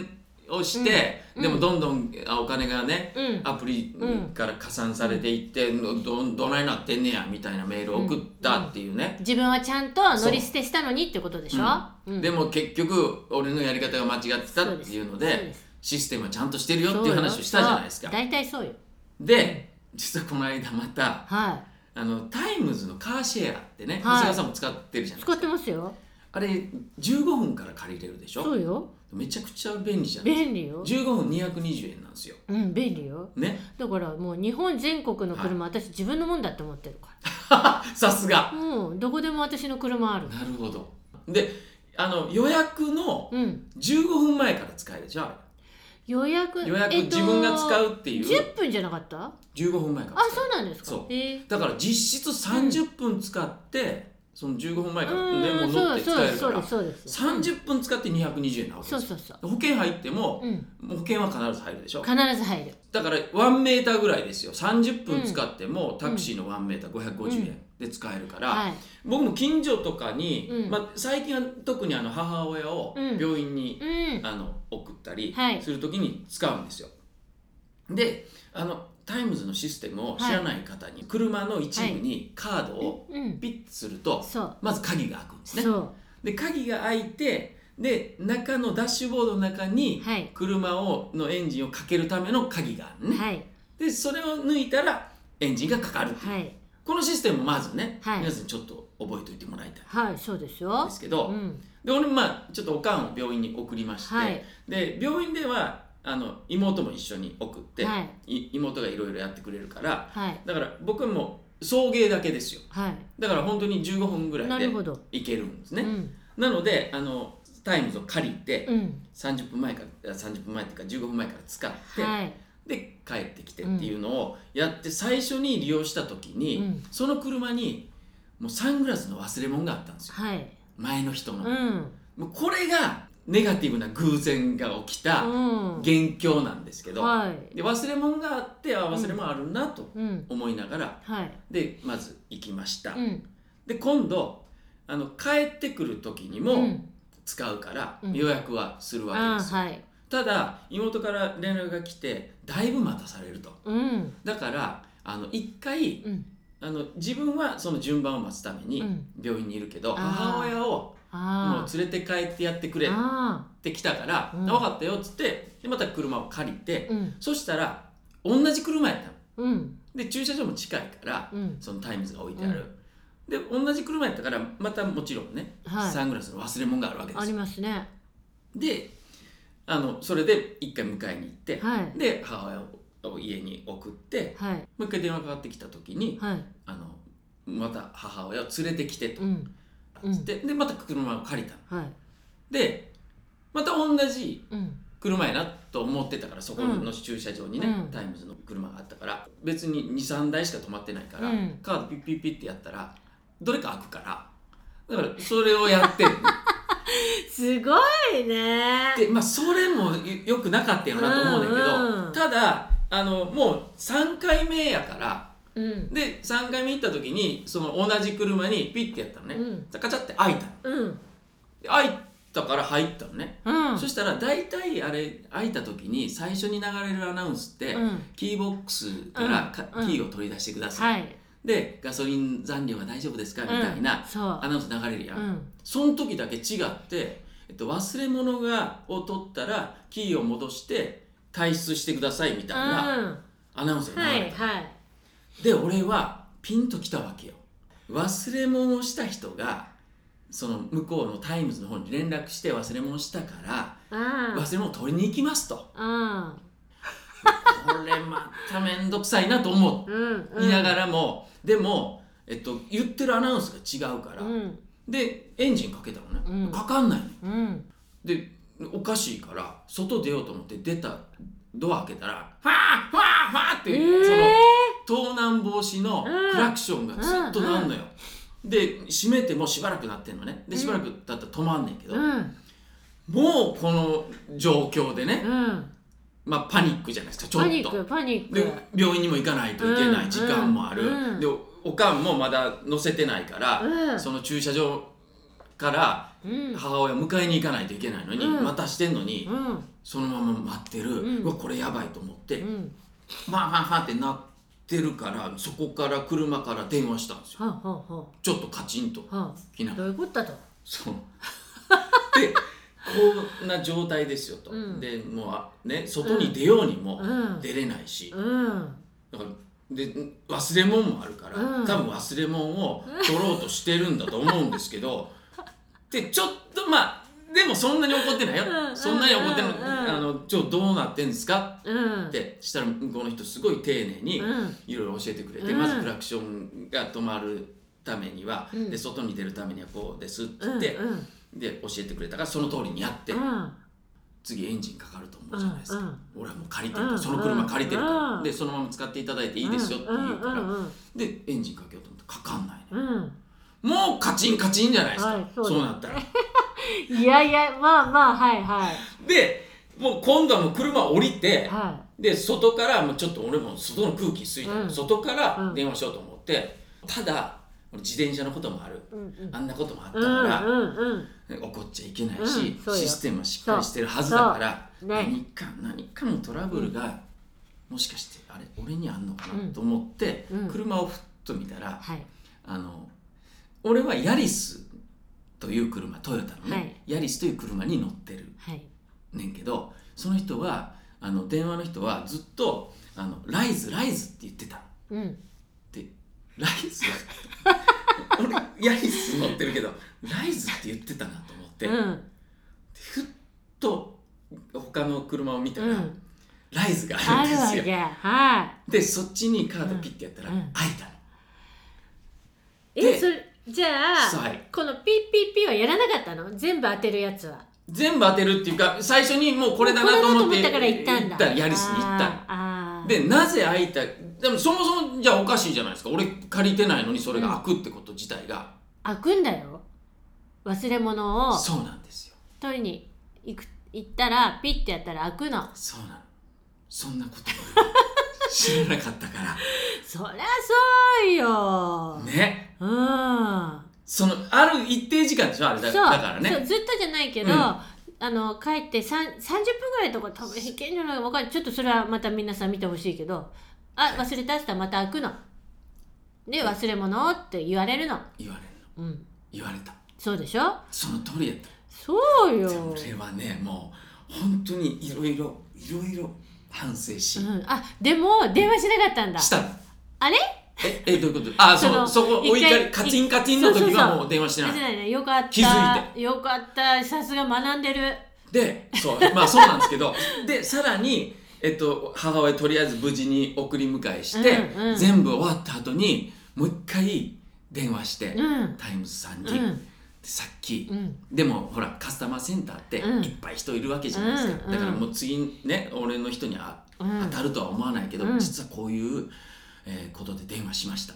Speaker 2: をして、
Speaker 1: うん
Speaker 2: でもどんどんあお金がね
Speaker 1: うん。
Speaker 2: アプリ
Speaker 1: うん
Speaker 2: から加算されていって、のどんどないなってんねやみたいなメールを送ったっていうね、
Speaker 1: 自分はちゃんと乗り捨てしたのにってことでしょ。う
Speaker 2: でも結局俺のやり方が間違ってたっていうので
Speaker 1: そうです
Speaker 2: システムはちゃんとしてるよっていう話をしたじゃないですか
Speaker 1: そうよそう大体そうよ。
Speaker 2: で実はこの間また
Speaker 1: は
Speaker 2: あのタイムズのカーシェアって
Speaker 1: は
Speaker 2: ね
Speaker 1: い
Speaker 2: 長谷川さんも使ってるじゃ
Speaker 1: い。
Speaker 2: ない
Speaker 1: 使っ
Speaker 2: です
Speaker 1: て
Speaker 2: か
Speaker 1: ますよ。
Speaker 2: あれ15分から借りれるでしょ
Speaker 1: そうよ。
Speaker 2: めちゃくちゃ便利じゃないですか
Speaker 1: 便利よ。
Speaker 2: 15分220円なんですよ
Speaker 1: うん、便利よ。
Speaker 2: ね
Speaker 1: だからもう日本全国の車、私自分のもんだって思ってるか
Speaker 2: さす
Speaker 1: ら。
Speaker 2: が
Speaker 1: もうんどこでも私の車ある。
Speaker 2: なるほどであの予約の
Speaker 1: うん。
Speaker 2: 15分前から使えるじゃあ
Speaker 1: 予約。
Speaker 2: 予約自分が使
Speaker 1: う。
Speaker 2: うっていう
Speaker 1: 10分じゃなかったあ、
Speaker 2: 15分前から使える
Speaker 1: そうなんですか。
Speaker 2: そう
Speaker 1: えー
Speaker 2: だから実質30分使って、その15分前からね
Speaker 1: う
Speaker 2: も
Speaker 1: ん、
Speaker 2: う
Speaker 1: そ
Speaker 2: 乗
Speaker 1: う
Speaker 2: って使
Speaker 1: そう
Speaker 2: え
Speaker 1: で
Speaker 2: る
Speaker 1: すそ
Speaker 2: か
Speaker 1: うで
Speaker 2: ら
Speaker 1: すそうです。
Speaker 2: 30分使って220円なわけ
Speaker 1: そ
Speaker 2: で
Speaker 1: う
Speaker 2: すよ
Speaker 1: そうそう。
Speaker 2: 保険入っても
Speaker 1: うん。
Speaker 2: 保険は必ず入るでしょ
Speaker 1: 必ず入る。
Speaker 2: だから1メーターぐらいですよ30分使ってもタクシーの1メーター550円で使えるから、
Speaker 1: はい。
Speaker 2: 僕も近所とかに、
Speaker 1: うん
Speaker 2: まあ、最近は特にあの母親を
Speaker 1: うん
Speaker 2: 病院に、
Speaker 1: うん。
Speaker 2: あの送ったり
Speaker 1: はい
Speaker 2: する時に使うんですよ。であのタイムズのシステムを知らない方に車の一部にカードを
Speaker 1: うん。
Speaker 2: ピッとすると
Speaker 1: そう。
Speaker 2: まず鍵が開くんですね。
Speaker 1: そ
Speaker 2: で鍵が開いてで中のダッシュボードの中
Speaker 1: う。
Speaker 2: に
Speaker 1: はい。
Speaker 2: 車をのエンジンをかけるための鍵があるね。
Speaker 1: はい。
Speaker 2: でそれを抜いたらエンジンがかかるっていう
Speaker 1: はい。
Speaker 2: このシステムをまずね、
Speaker 1: はい
Speaker 2: 皆さんちょっと覚えておいてもらいたい
Speaker 1: はい。そうです
Speaker 2: ん
Speaker 1: よ
Speaker 2: で。すけど、
Speaker 1: うん。
Speaker 2: で俺もまあちょっとおかんを病院に送りまして、
Speaker 1: はい。
Speaker 2: で病院ではあの妹も一緒に送って、
Speaker 1: はい
Speaker 2: 妹がいろいろやってくれるから
Speaker 1: はい
Speaker 2: だから僕も送迎だけですよ
Speaker 1: は
Speaker 2: だから本当に15分ぐ
Speaker 1: い
Speaker 2: ら
Speaker 1: ない
Speaker 2: で
Speaker 1: るほど、
Speaker 2: 行けるんです
Speaker 1: う
Speaker 2: ね、
Speaker 1: ん
Speaker 2: なのであのタイムズを借りて、
Speaker 1: うん
Speaker 2: 30分前からあ30分前っていうか15分前から使って、
Speaker 1: はい
Speaker 2: で帰ってきてっていうのをやって最初に利用した時に、
Speaker 1: うん
Speaker 2: その車にもうサングラスの忘れ物があったんですよ
Speaker 1: はい
Speaker 2: 前の人の、
Speaker 1: うん
Speaker 2: もうこれがネガティブな偶然が起きた
Speaker 1: うん
Speaker 2: 元凶なんですけど、
Speaker 1: はい
Speaker 2: で忘れ物があってあ忘れ物あるなと
Speaker 1: うん
Speaker 2: 思いながら
Speaker 1: はい
Speaker 2: でまず行きました、
Speaker 1: うん
Speaker 2: で今度あの帰ってくる時に
Speaker 1: う
Speaker 2: も
Speaker 1: ん
Speaker 2: 使うから
Speaker 1: うん
Speaker 2: 予約はするわけ
Speaker 1: あ
Speaker 2: ですよ、
Speaker 1: はい
Speaker 2: ただ妹から連絡が来てだいぶ待たされると
Speaker 1: うん
Speaker 2: だからあの一回
Speaker 1: うん
Speaker 2: あの自分はその順番を待つため
Speaker 1: う
Speaker 2: に
Speaker 1: ん
Speaker 2: 病院にいるけど、
Speaker 1: あー
Speaker 2: 母親をも
Speaker 1: あ
Speaker 2: う連れて帰ってやってくれっ
Speaker 1: あ
Speaker 2: てきたから
Speaker 1: う
Speaker 2: 「
Speaker 1: ん
Speaker 2: 分かったよ」っつってでまた車を借りて、
Speaker 1: うん
Speaker 2: そしたら同じ車やったの
Speaker 1: うん
Speaker 2: で駐車場も近いから
Speaker 1: うん
Speaker 2: そのタイムズが置いてある、で同じ車やったからまたもちろんね、
Speaker 1: はい
Speaker 2: サングラスの忘れ物があるわけで
Speaker 1: あ
Speaker 2: す
Speaker 1: り
Speaker 2: よ
Speaker 1: ますね
Speaker 2: であのそれで一回迎えに行って、
Speaker 1: はい
Speaker 2: で母親を家に送って
Speaker 1: はい
Speaker 2: もう一回電話かかってきた時に、
Speaker 1: はい
Speaker 2: あのまた母親を連れてきてと
Speaker 1: うんうん
Speaker 2: つって、でまた車を借りたの
Speaker 1: はい
Speaker 2: でまた同じ
Speaker 1: うん
Speaker 2: 車やなと思ってたからそこ
Speaker 1: う
Speaker 2: の駐車場にね、
Speaker 1: うん
Speaker 2: タイムズの車があったから別に23台しか止まってないから、
Speaker 1: うん
Speaker 2: カードピッピッピッってやったらどれか開くからだからそれを やってんの
Speaker 1: すごいね
Speaker 2: でまあそれもよくなかったよなと思うねんだけど、
Speaker 1: うんうん
Speaker 2: ただあのもう3回目やから
Speaker 1: うん
Speaker 2: で3回目行った時にその同じ車にピッてやったのね、
Speaker 1: うん
Speaker 2: カチャって開いたの
Speaker 1: うん
Speaker 2: で開いたから入ったのね、
Speaker 1: うん
Speaker 2: そしたら大体あれ開いた時に最初に流れるアナウンスって、
Speaker 1: うん
Speaker 2: キーボックスからか、
Speaker 1: うん
Speaker 2: キーを取り出してください、
Speaker 1: はい
Speaker 2: でガソリン残量は大丈夫ですかみたいな
Speaker 1: そう
Speaker 2: アナウンス流れるやん、
Speaker 1: うん
Speaker 2: その時だけ違って、えっと、忘れ物がを取ったらキーを戻して退出してくださいみたいな
Speaker 1: う
Speaker 2: アナウンス
Speaker 1: ん
Speaker 2: が
Speaker 1: は
Speaker 2: 流れた、
Speaker 1: いはい
Speaker 2: で俺はピンときたわけよ忘れ物をした人がその向こうのタイムズの方に連絡して忘れ物したから
Speaker 1: ああ
Speaker 2: 忘れ物を取りに行きますとこ
Speaker 1: あ
Speaker 2: れまた面倒くさいなと思
Speaker 1: あうんうん
Speaker 2: いながらも、でも、えっと、言ってるアナウンスが違うから、
Speaker 1: うん
Speaker 2: でエンジンかけたのね、
Speaker 1: うん
Speaker 2: かかんないの
Speaker 1: うん
Speaker 2: でおかしいから外出ようと思って出たドア開けたら「ファーファーファー」って、
Speaker 1: え
Speaker 2: その
Speaker 1: え
Speaker 2: 盗難防止の
Speaker 1: うん
Speaker 2: クラクションがずっと鳴んのよ、で閉めてもうしばらくなってんのねでしばらく経ったら止まんねんけど、
Speaker 1: うん
Speaker 2: もうこの状況でね、
Speaker 1: うん
Speaker 2: まあパニックじゃないですかちょ
Speaker 1: パ
Speaker 2: っ
Speaker 1: ニッ
Speaker 2: と
Speaker 1: クパニッ
Speaker 2: で
Speaker 1: ク
Speaker 2: 病院にも行かないといけな
Speaker 1: う
Speaker 2: い
Speaker 1: ん
Speaker 2: 時間もある、
Speaker 1: うん
Speaker 2: でおおかんもまだ乗せてないから、
Speaker 1: うん
Speaker 2: その駐車場から
Speaker 1: うん
Speaker 2: 母親迎えに行かないといけないのに、
Speaker 1: うん
Speaker 2: またしてんのに、
Speaker 1: うん
Speaker 2: そのまま待ってる、
Speaker 1: うん
Speaker 2: うわこれやばいと思って、
Speaker 1: うん
Speaker 2: ファンファンファンってなってるからそこから車から電話したんですよ
Speaker 1: はあはあは
Speaker 2: ちょっとカチンと
Speaker 1: あは
Speaker 2: きな
Speaker 1: あ
Speaker 2: がら
Speaker 1: どういうことだと
Speaker 2: そう でこんな状態ですよと、
Speaker 1: うん
Speaker 2: でもうあね外に出ようにも
Speaker 1: うん
Speaker 2: 出れないし、
Speaker 1: うん
Speaker 2: だからで忘れ物もあるから、
Speaker 1: うん
Speaker 2: 多分忘れ物を取ろうとしてるんだと思うんですけ どでちょっとまあでもそんなに怒ってないよ、
Speaker 1: うん
Speaker 2: そんなに怒ってない、
Speaker 1: うん
Speaker 2: あのちょどうなってんですか
Speaker 1: うん
Speaker 2: ってしたら向こうの人すごい丁寧に
Speaker 1: うん
Speaker 2: いろいろ教えてくれて、
Speaker 1: うん
Speaker 2: まずクラクションが止まるためには、
Speaker 1: うん
Speaker 2: で外に出るためにはこうですっ
Speaker 1: う
Speaker 2: て言
Speaker 1: ん
Speaker 2: って、
Speaker 1: うん
Speaker 2: で教えてくれたからその通りにやって、
Speaker 1: うん
Speaker 2: 次エンジンかかると思うじゃないですか、
Speaker 1: うんうん
Speaker 2: 俺はもう借りてるから、
Speaker 1: うん
Speaker 2: その車借りてるから、
Speaker 1: うん
Speaker 2: でそのまま使っていただいていいですよって言うから、
Speaker 1: うんうん
Speaker 2: でエンジンかけようと思ったらかかんないね
Speaker 1: うんうん
Speaker 2: もうカチンカチンじゃないですか、
Speaker 1: はいそう
Speaker 2: そう
Speaker 1: です
Speaker 2: なったら
Speaker 1: いやいやまあまあはいはい
Speaker 2: でもう今度はもう車降りて、
Speaker 1: は
Speaker 2: で外からもうちょっと俺も外の空気吸いたい、
Speaker 1: うん
Speaker 2: 外から
Speaker 1: うん
Speaker 2: 電話しようと思って、ただ自転車のこともある
Speaker 1: いうんうん
Speaker 2: あんなこともあった
Speaker 1: う
Speaker 2: か
Speaker 1: ん
Speaker 2: ら、
Speaker 1: うんうん
Speaker 2: 怒っちゃいけないし、
Speaker 1: うんそうよ
Speaker 2: システムはしっかりしてるはずだから、
Speaker 1: そうね
Speaker 2: 何か何かのトラブルが、もしかしてあれ俺にあんのかなと思って、
Speaker 1: うんうん
Speaker 2: 車をふっと見たら
Speaker 1: はい
Speaker 2: あの俺はヤリスという車トヨタのね、
Speaker 1: はい
Speaker 2: ヤリスという車に乗ってる
Speaker 1: はい
Speaker 2: ねんけどその人はあの電話の人はずっとあの「ライズライズ」って言ってた
Speaker 1: うん
Speaker 2: でラ イズ俺ヤリス乗ってるけど「ライズ」って言ってたなと思って、
Speaker 1: うん
Speaker 2: ふっと他の車を見たら、
Speaker 1: うん、
Speaker 2: ライズがあ
Speaker 1: あ
Speaker 2: るん
Speaker 1: る
Speaker 2: で
Speaker 1: わ
Speaker 2: すよ
Speaker 1: けはい
Speaker 2: でそっちにカードピッてやったら、
Speaker 1: うんうん
Speaker 2: 開いたの
Speaker 1: え
Speaker 2: で
Speaker 1: それじゃあ、
Speaker 2: はい
Speaker 1: このピッピッピはやらなかったの全部当てるやつは
Speaker 2: 全部当てるっていうか最初にもうこれだなと思って
Speaker 1: これだと思ったから行ったんだ
Speaker 2: やりすぎ行ったの
Speaker 1: あーあー
Speaker 2: でなぜ開いたでもそもそもじゃあおかしいじゃないですか俺借りてないのにそれが開くってこと自体が、
Speaker 1: 開くんだよ忘れ物を
Speaker 2: そうなんですよ
Speaker 1: 取りに行く行ったらピッてやったら開くの
Speaker 2: そうなのそんなことが 知らなかったか
Speaker 1: そりゃそうよ、
Speaker 2: らね
Speaker 1: うん
Speaker 2: そのある一定時間でしょあれ
Speaker 1: そ
Speaker 2: だ
Speaker 1: う
Speaker 2: だから
Speaker 1: そう
Speaker 2: ね
Speaker 1: ずっとじゃないけど、
Speaker 2: うん
Speaker 1: あの帰ってさん30分ぐらいとか多分いけんじゃないかわかんないちょっとそれはまた皆さん見てほしいけどあ忘れたって言ったらまた開くので忘れ物って言われるの
Speaker 2: 言われるの
Speaker 1: うん
Speaker 2: 言われた
Speaker 1: そうでしょ
Speaker 2: その通りやった
Speaker 1: そうよ、
Speaker 2: それはねもう本当にいろいろいろいろ反省し、
Speaker 1: うん、あでも電話しなかったんだ
Speaker 2: したの
Speaker 1: あれ
Speaker 2: ええどういうことあそ
Speaker 1: その
Speaker 2: のそこお怒
Speaker 1: 一回
Speaker 2: りカチンカチンの時
Speaker 1: そうそう
Speaker 2: は
Speaker 1: そ
Speaker 2: もう電話してない
Speaker 1: 出てないねよかった
Speaker 2: 気づい
Speaker 1: よかったさすが学んでる
Speaker 2: でそうまあそうなんですけどでさらに、えっと、母親とりあえず無事に送り迎えして、
Speaker 1: うんうん
Speaker 2: 全部終わった後にもう一回電話して、
Speaker 1: うん
Speaker 2: タイムズさん
Speaker 1: う
Speaker 2: に、で
Speaker 1: ん
Speaker 2: さっき、
Speaker 1: うん
Speaker 2: でもほらカスタマーセンターっていっ
Speaker 1: うん
Speaker 2: ぱい人いるわけじゃないですか、
Speaker 1: うんうん
Speaker 2: だからもう次ね俺の人にあ
Speaker 1: うん
Speaker 2: 当たるとは思わないけど、
Speaker 1: うん
Speaker 2: 実はこういう、えーことで電話しました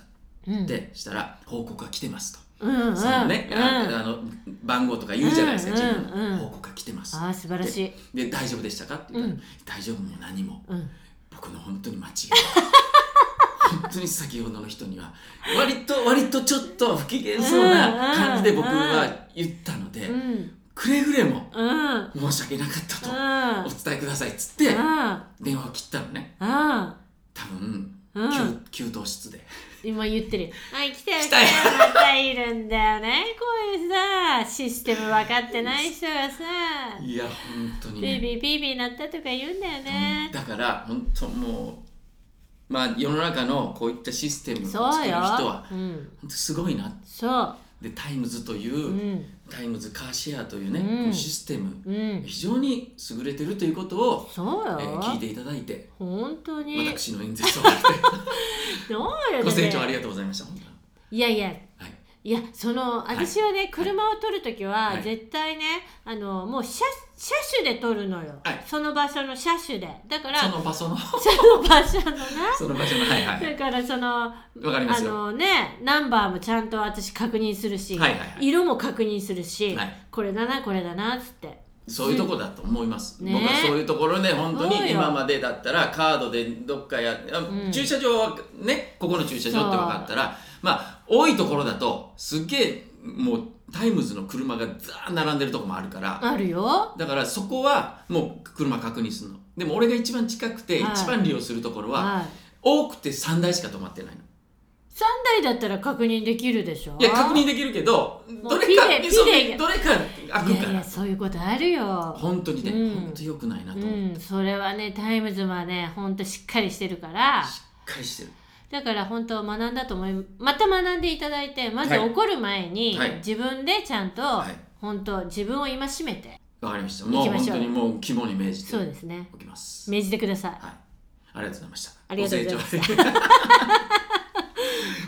Speaker 1: うん
Speaker 2: でしたら報告が来てますと。
Speaker 1: うんうん
Speaker 2: そのね、
Speaker 1: うん、
Speaker 2: ああの番号とか言うじゃないです
Speaker 1: う
Speaker 2: か、
Speaker 1: んうん
Speaker 2: 自分
Speaker 1: うん
Speaker 2: 報告が来てます
Speaker 1: あー素晴らしい
Speaker 2: で大丈夫でしたかって言ったら、
Speaker 1: うん
Speaker 2: 大丈夫も何も
Speaker 1: うん
Speaker 2: 僕の本当に間違 い本当に先ほどの人には割と割とちょっと不機嫌そうな感じで僕は言ったので、
Speaker 1: うん
Speaker 2: くれぐれも
Speaker 1: うん
Speaker 2: 申し訳なかったとお伝えくださいっつって電話を切ったのね多分、給給湯室で
Speaker 1: 今言ってるよ。あ、来たよ、
Speaker 2: 来
Speaker 1: 来
Speaker 2: た
Speaker 1: た
Speaker 2: よ
Speaker 1: よ、またいるんだよね。こういうさ、システム分かってない人がさ、
Speaker 2: いや本当に、
Speaker 1: ビ
Speaker 2: ね
Speaker 1: ー、ビービービーなったとか言うんだよね。
Speaker 2: だから本当もうまあ世の中のこういったシステムを作
Speaker 1: そう
Speaker 2: る人
Speaker 1: よ。
Speaker 2: は
Speaker 1: うん。
Speaker 2: 本当すごいな
Speaker 1: そう。
Speaker 2: でタイムズという、
Speaker 1: うん。
Speaker 2: タイムズカーシェアというね、
Speaker 1: うん
Speaker 2: このシステム
Speaker 1: うん。
Speaker 2: 非常に優れてるということを、
Speaker 1: そう
Speaker 2: え
Speaker 1: よ。
Speaker 2: ー聞いていただいて
Speaker 1: 本当に。
Speaker 2: 私の演 説を終わっ
Speaker 1: どうよ、
Speaker 2: てご清聴あり
Speaker 1: が
Speaker 2: がとうございました本当に
Speaker 1: いやいや、
Speaker 2: はい
Speaker 1: いやその私はね、車を取る時
Speaker 2: は
Speaker 1: はい絶対ね、あのもう車車種で取るのよ、
Speaker 2: はい
Speaker 1: その場所の車種でだから
Speaker 2: そ
Speaker 1: そ
Speaker 2: の場所の
Speaker 1: の場所のな
Speaker 2: その場所のはいはい
Speaker 1: だからそのあ
Speaker 2: わかりますよ
Speaker 1: のねナンバーもちゃんと私確認するし、
Speaker 2: はいはいはい
Speaker 1: 色も確認するし、
Speaker 2: はい
Speaker 1: これだなこれだなっつって
Speaker 2: そういうとこだと思います、
Speaker 1: ね
Speaker 2: 僕はそういうところで本
Speaker 1: そう
Speaker 2: 当に
Speaker 1: よ
Speaker 2: 今までだったらカードでどっかや、あ
Speaker 1: うん
Speaker 2: 駐車場はねここの駐車場って分かったらまあ多いところだとすっげえもうタイムズの車がザーッ並んでるとこもあるから、
Speaker 1: あるよ
Speaker 2: だからそこはもう車確認するのでも俺が一番近くて
Speaker 1: はい
Speaker 2: 一番利用するところは
Speaker 1: はい
Speaker 2: 多くて3台しか止まってないの
Speaker 1: 3台だったら確認できるでしょ
Speaker 2: いや確認できるけど
Speaker 1: もう
Speaker 2: どれか
Speaker 1: ピレ
Speaker 2: そう
Speaker 1: ピレ
Speaker 2: どれか開く
Speaker 1: い
Speaker 2: か
Speaker 1: やいや
Speaker 2: ら
Speaker 1: そういうことあるよ
Speaker 2: 本当にね
Speaker 1: うん
Speaker 2: 本当良くないなと思うし
Speaker 1: うん、それはねタイムズはねほんとしっかりしてるから
Speaker 2: っかりしてる
Speaker 1: だから本当学んだと思いまた学んでいただいてまず
Speaker 2: はい
Speaker 1: 怒る前に、
Speaker 2: はい
Speaker 1: 自分でちゃんと、
Speaker 2: い
Speaker 1: 本当自分を戒めて
Speaker 2: わかりましたもう
Speaker 1: 行きま
Speaker 2: 本
Speaker 1: しょ
Speaker 2: 当
Speaker 1: う
Speaker 2: にもう肝に銘じて
Speaker 1: そうですね
Speaker 2: おきます
Speaker 1: 命じてください
Speaker 2: はいありがとうございました
Speaker 1: ありがとうございました
Speaker 2: ご清聴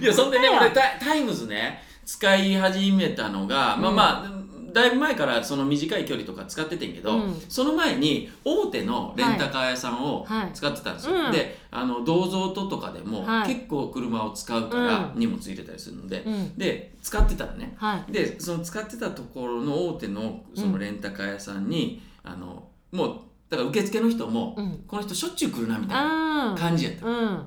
Speaker 2: いやそんでね
Speaker 1: 本当
Speaker 2: 俺
Speaker 1: よ
Speaker 2: タタイムズね使い始めたのが、まあ
Speaker 1: うん
Speaker 2: まあだいぶ前からその短い距離とか使っててんけど、
Speaker 1: うん
Speaker 2: その前に大手のレンタカー屋さんを
Speaker 1: はい
Speaker 2: 使ってたんですよ、
Speaker 1: うん
Speaker 2: であの銅像ととかでも
Speaker 1: はい
Speaker 2: 結構車を使うから
Speaker 1: う
Speaker 2: 荷物入れたりするので、
Speaker 1: うん
Speaker 2: で使ってたらね
Speaker 1: はい
Speaker 2: でその使ってたところの大手のそのレンタカー屋さんに、あのもうだから受付の人も、
Speaker 1: うん
Speaker 2: この人しょっちゅう来るなみたいな
Speaker 1: あ
Speaker 2: 感じやった、
Speaker 1: ー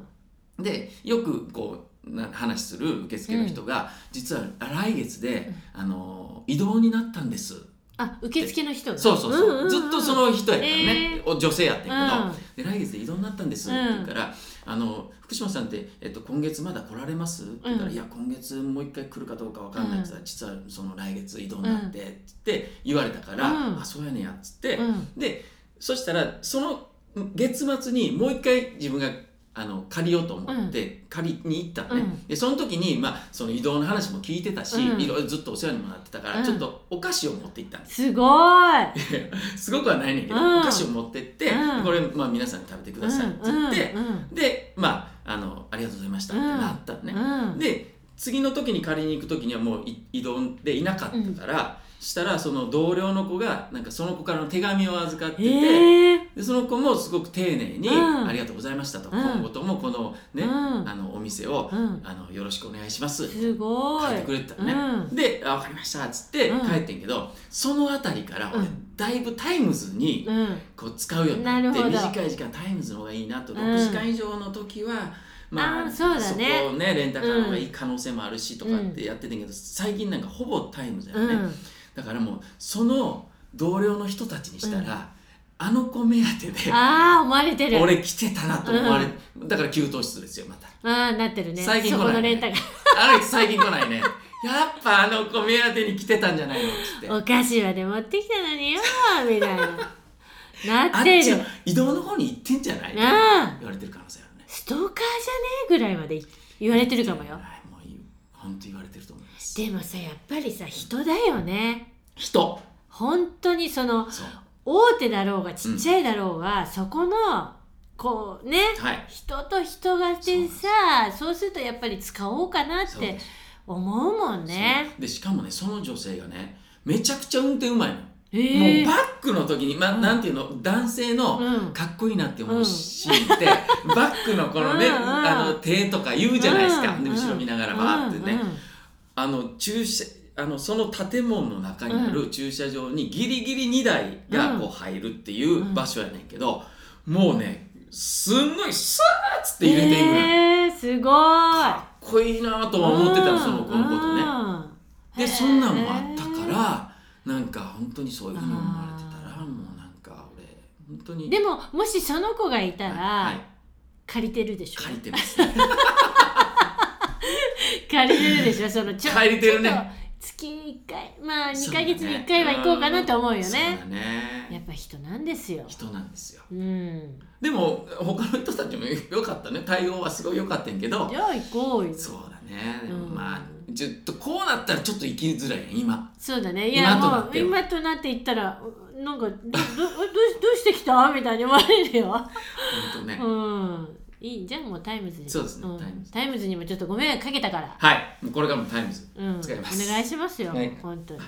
Speaker 1: うん
Speaker 2: でよくこうな話する受付の人が、実は来月で、あの移動になったんです
Speaker 1: あ受付の人が
Speaker 2: そうそうそう,、
Speaker 1: んんん
Speaker 2: ずっとその人やったのね
Speaker 1: え、
Speaker 2: お女性やったんや
Speaker 1: うん
Speaker 2: けど、で来月で移動になったんですって言うから、あの福島さんって、えっと、今月まだ来られますって言ったら、
Speaker 1: うん
Speaker 2: いや今月もう一回来るかどうかわかんないって言ったら、実はその来月移動になってって言われたから、
Speaker 1: うん
Speaker 2: あそうやねんやっつって、
Speaker 1: うん
Speaker 2: でそしたらその月末にもう一回自分があの借りようと思って借りに行ったのね、
Speaker 1: うん
Speaker 2: でその時に、まあ、その移動の話も聞いてたし、
Speaker 1: うん
Speaker 2: いろいろずっとお世話にもなってたから、
Speaker 1: うん
Speaker 2: ちょっとお菓子を持って行ったんです
Speaker 1: すごい
Speaker 2: すごくはないねんけど、
Speaker 1: うん
Speaker 2: お菓子を持ってって、
Speaker 1: うん
Speaker 2: これ、まあ、皆さんに食べてくださいって
Speaker 1: うん
Speaker 2: 言って、
Speaker 1: うん
Speaker 2: でまああの「ありがとうございました」って
Speaker 1: うん
Speaker 2: なったのね、
Speaker 1: うん
Speaker 2: で次の時に借りに行く時にはもうい移動でいなかったから、したらその同僚の子がなんかその子からの手紙を預かってて、
Speaker 1: へえ
Speaker 2: でその子もすごく丁寧に「
Speaker 1: うん
Speaker 2: ありがとうございましたと」
Speaker 1: うん
Speaker 2: 今後ともこのね、
Speaker 1: うん
Speaker 2: あのお店を、
Speaker 1: うん
Speaker 2: あのよろしくお願いします」
Speaker 1: すごい
Speaker 2: 書いてくれてたのね、
Speaker 1: うん
Speaker 2: で「あ分かりました」っつって
Speaker 1: うん
Speaker 2: 帰ってんけど、その辺りから俺
Speaker 1: うん
Speaker 2: だいぶタイムズに
Speaker 1: うん
Speaker 2: こう使うようになって
Speaker 1: なるほど
Speaker 2: 短い時間タイムズの方がいいなと、
Speaker 1: うん
Speaker 2: 6時間以上の時はまあ
Speaker 1: あーそうだね
Speaker 2: そこをねレンタカーの方がいい可能性もあるしとかってやってたけど、最近なんかほぼタイムズやね、
Speaker 1: うん
Speaker 2: だからもうその同僚の人たちにしたら、
Speaker 1: うん
Speaker 2: あの子目当てで
Speaker 1: ああ思われてる
Speaker 2: 俺来てたなと思われ、だから給湯室ですよまた
Speaker 1: ああなってるね
Speaker 2: 最近
Speaker 1: そ
Speaker 2: 来
Speaker 1: こ
Speaker 2: な
Speaker 1: の
Speaker 2: いね
Speaker 1: レンタカー
Speaker 2: あの人最近来ないねやっぱあの子目当てに来てたんじゃないのっつって
Speaker 1: お菓子まで持ってきたのによーみたい な
Speaker 2: あ
Speaker 1: な
Speaker 2: っ
Speaker 1: って
Speaker 2: ちの
Speaker 1: る
Speaker 2: 移動の方に行ってんじゃないって
Speaker 1: なあ
Speaker 2: 言われてる可能性あるね
Speaker 1: ストーカーじゃねえぐらいまで言われてるかもよ
Speaker 2: はいもういい本当言われてると思います
Speaker 1: でもさやっぱりさ人だよね
Speaker 2: 人
Speaker 1: 本当にその
Speaker 2: そう
Speaker 1: 大手だろうがちっちゃいだろうが、そこのこうね
Speaker 2: はい
Speaker 1: 人と人が
Speaker 2: そう
Speaker 1: でさそうするとやっぱり使おうかなっ
Speaker 2: そうで
Speaker 1: て
Speaker 2: す
Speaker 1: 思うもんね。
Speaker 2: そうでしかもねその女性がねめちゃくちゃ運転うまいの、
Speaker 1: ええ
Speaker 2: もうバックの時に、まあ
Speaker 1: うん
Speaker 2: なんていうの男性の、
Speaker 1: うん
Speaker 2: かっこいいなって思うシーンって、バックのこのね、
Speaker 1: うんうん
Speaker 2: あの手とか言うじゃないですか、
Speaker 1: うん
Speaker 2: で
Speaker 1: うん
Speaker 2: 後ろ見ながらバーってね、あの駐車あのその建物の中にある駐車場にギリギリ2台がこう入るっていう場所やねんけど、もうねすんごいスーッつって入れていくのよ、
Speaker 1: ええすごい。
Speaker 2: かっこいいなとは思ってたのその子のことね。
Speaker 1: ね。
Speaker 2: で
Speaker 1: へえ
Speaker 2: そんなんもあったからなんか本当にそういうふうに思われてたら
Speaker 1: あー
Speaker 2: もうなんか俺本当に
Speaker 1: でももしその子がいたら、
Speaker 2: はい、
Speaker 1: 借りてるでしょ
Speaker 2: 借りてます、ね、
Speaker 1: 借りてるでしょそのちょ
Speaker 2: 借りてるね
Speaker 1: ちょっと月一回まあ
Speaker 2: そ
Speaker 1: 2
Speaker 2: うだ
Speaker 1: ヶ
Speaker 2: ね
Speaker 1: 月に1回は行こうかなと思うよ
Speaker 2: そう
Speaker 1: ね
Speaker 2: だね
Speaker 1: やっぱ人なんですよ
Speaker 2: 人なんですよ
Speaker 1: うん
Speaker 2: でも他の人たちも良かったね対応はすごい良かったんやけど
Speaker 1: じゃあ行こうよ
Speaker 2: そうだねでも
Speaker 1: うん
Speaker 2: まあちょっとこうなったらちょっと生きづらいね今
Speaker 1: そうだねい
Speaker 2: 今
Speaker 1: や
Speaker 2: とな
Speaker 1: も
Speaker 2: っ
Speaker 1: う
Speaker 2: ては
Speaker 1: 今となって言ったらうなんかど どどどうしどうしてきたみたいに思われるよ
Speaker 2: 本当ね、
Speaker 1: うんいいじゃんもうタイムズに
Speaker 2: そうですね
Speaker 1: ん
Speaker 2: タイムズ
Speaker 1: タイムズにもちょっとご迷惑かけたから
Speaker 2: はいもうこれからもタイムズ
Speaker 1: うん、お
Speaker 2: 使います
Speaker 1: 願いしますよ、
Speaker 2: はい
Speaker 1: 本当に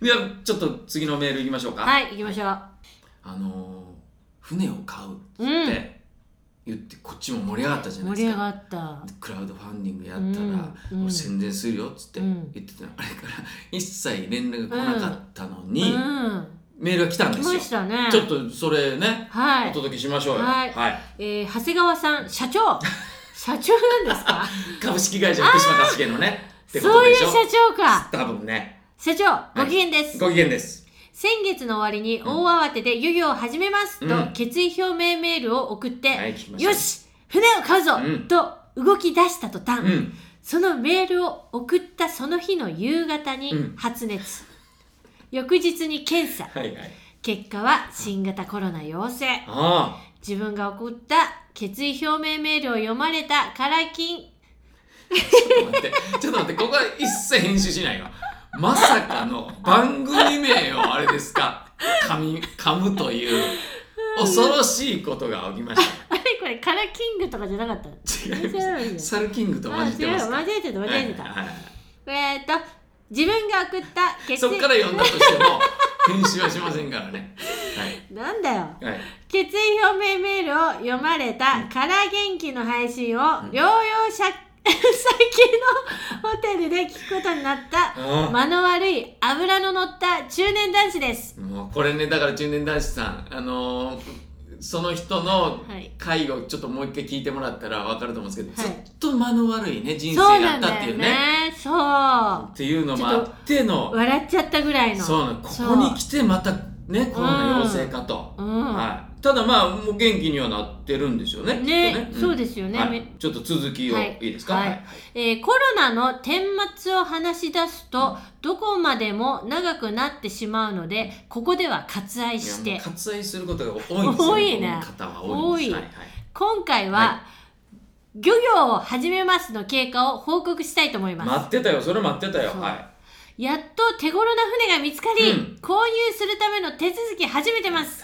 Speaker 2: ではちょっと次のメールいきましょうか
Speaker 1: はい行きましょう
Speaker 2: あのー船を買う
Speaker 1: う
Speaker 2: っ
Speaker 1: ん
Speaker 2: て言ってこっちも盛り上がったじゃな
Speaker 1: 盛
Speaker 2: いで
Speaker 1: り
Speaker 2: す
Speaker 1: 上
Speaker 2: か
Speaker 1: がった
Speaker 2: でクラウドファンディングやったら、
Speaker 1: うんうん
Speaker 2: 俺宣伝するよっつって
Speaker 1: うん
Speaker 2: 言ってたの、あれから一切連絡が来なかったのに、
Speaker 1: うん
Speaker 2: メールが来たん
Speaker 1: 来
Speaker 2: です
Speaker 1: ま
Speaker 2: よ
Speaker 1: したね
Speaker 2: ちょっとそれね、
Speaker 1: はい
Speaker 2: お届けしましょうよ
Speaker 1: はいえー、長谷川さん社 長社長なんですか
Speaker 2: 株式会社福島貸しげのねってこ
Speaker 1: そ
Speaker 2: と
Speaker 1: うい
Speaker 2: で
Speaker 1: う
Speaker 2: し
Speaker 1: 社
Speaker 2: ょ
Speaker 1: 長か
Speaker 2: 多分ね
Speaker 1: 社長ご機嫌です、
Speaker 2: ご機嫌です
Speaker 1: 先月の終わりに大慌てで漁業を始めます
Speaker 2: うん
Speaker 1: と決意表明メールを送って、
Speaker 2: はい聞きました
Speaker 1: よし船を買うぞ、
Speaker 2: うん
Speaker 1: と動き出した途端、
Speaker 2: うん
Speaker 1: そのメールを送ったその日の夕方に
Speaker 2: うん
Speaker 1: 発熱、翌日に検査
Speaker 2: はいはい
Speaker 1: 結果は新型コロナ陽性
Speaker 2: あ
Speaker 1: 自分が送った決意表明メールを読まれたカラキン
Speaker 2: あちょっと待って ちょっと待ってここは一切編集しないわまさかの番組名をあれですか噛み噛むという 恐ろしいことが起きまし
Speaker 1: あれこれカラキングとかじゃなかった
Speaker 2: た違いますサルキングと
Speaker 1: あ
Speaker 2: 混じって
Speaker 1: 違う
Speaker 2: ますか
Speaker 1: 間違えてた間違えてた、
Speaker 2: はいはいはい
Speaker 1: えー、っと自分が送った決意
Speaker 2: そっから読んだとしても編集はしませんからね
Speaker 1: なんだよ
Speaker 2: はいはい
Speaker 1: 決意表明メールを読まれたから元気の配信を療養者、 先のホテルで聞くことになった
Speaker 2: ああ
Speaker 1: 間の悪い脂の乗った中年男子です
Speaker 2: もうこれねだから中年男子さんあのーその人の
Speaker 1: はい
Speaker 2: 回をちょっともう一回聞いてもらったら分かると思うんですけど、
Speaker 1: はい
Speaker 2: ずっと間の悪いね人
Speaker 1: そう
Speaker 2: 生
Speaker 1: な
Speaker 2: だっ
Speaker 1: ん
Speaker 2: たっ
Speaker 1: だ
Speaker 2: てい
Speaker 1: よ
Speaker 2: うね
Speaker 1: ねそ
Speaker 2: っていうのもあっての
Speaker 1: う笑っちゃったぐらいの
Speaker 2: そうなのここに来てまたねコロナ陽性かと、
Speaker 1: うん
Speaker 2: はい、ただまあもう元気にはなってるんでしょうね
Speaker 1: ね
Speaker 2: きっと
Speaker 1: そうですよね
Speaker 2: はい
Speaker 1: め
Speaker 2: ちょっと続きを、
Speaker 1: はいい、
Speaker 2: いですか、
Speaker 1: はいえーコロナの顛末を話し出すとどこまでも長くなってしまうのでここでは割愛
Speaker 2: いや
Speaker 1: し
Speaker 2: もう
Speaker 1: て
Speaker 2: 割愛することが多いんですよ
Speaker 1: 多いね
Speaker 2: この方は多い
Speaker 1: 多い
Speaker 2: んですはいはい
Speaker 1: 今回は、
Speaker 2: は
Speaker 1: 漁業を始めますの経過を報告したいと思います。
Speaker 2: 待ってたよそれ待ってたよ
Speaker 1: そう
Speaker 2: は
Speaker 1: やっと手頃な船が見つかり、
Speaker 2: うん
Speaker 1: 購入するための手続き始めてます。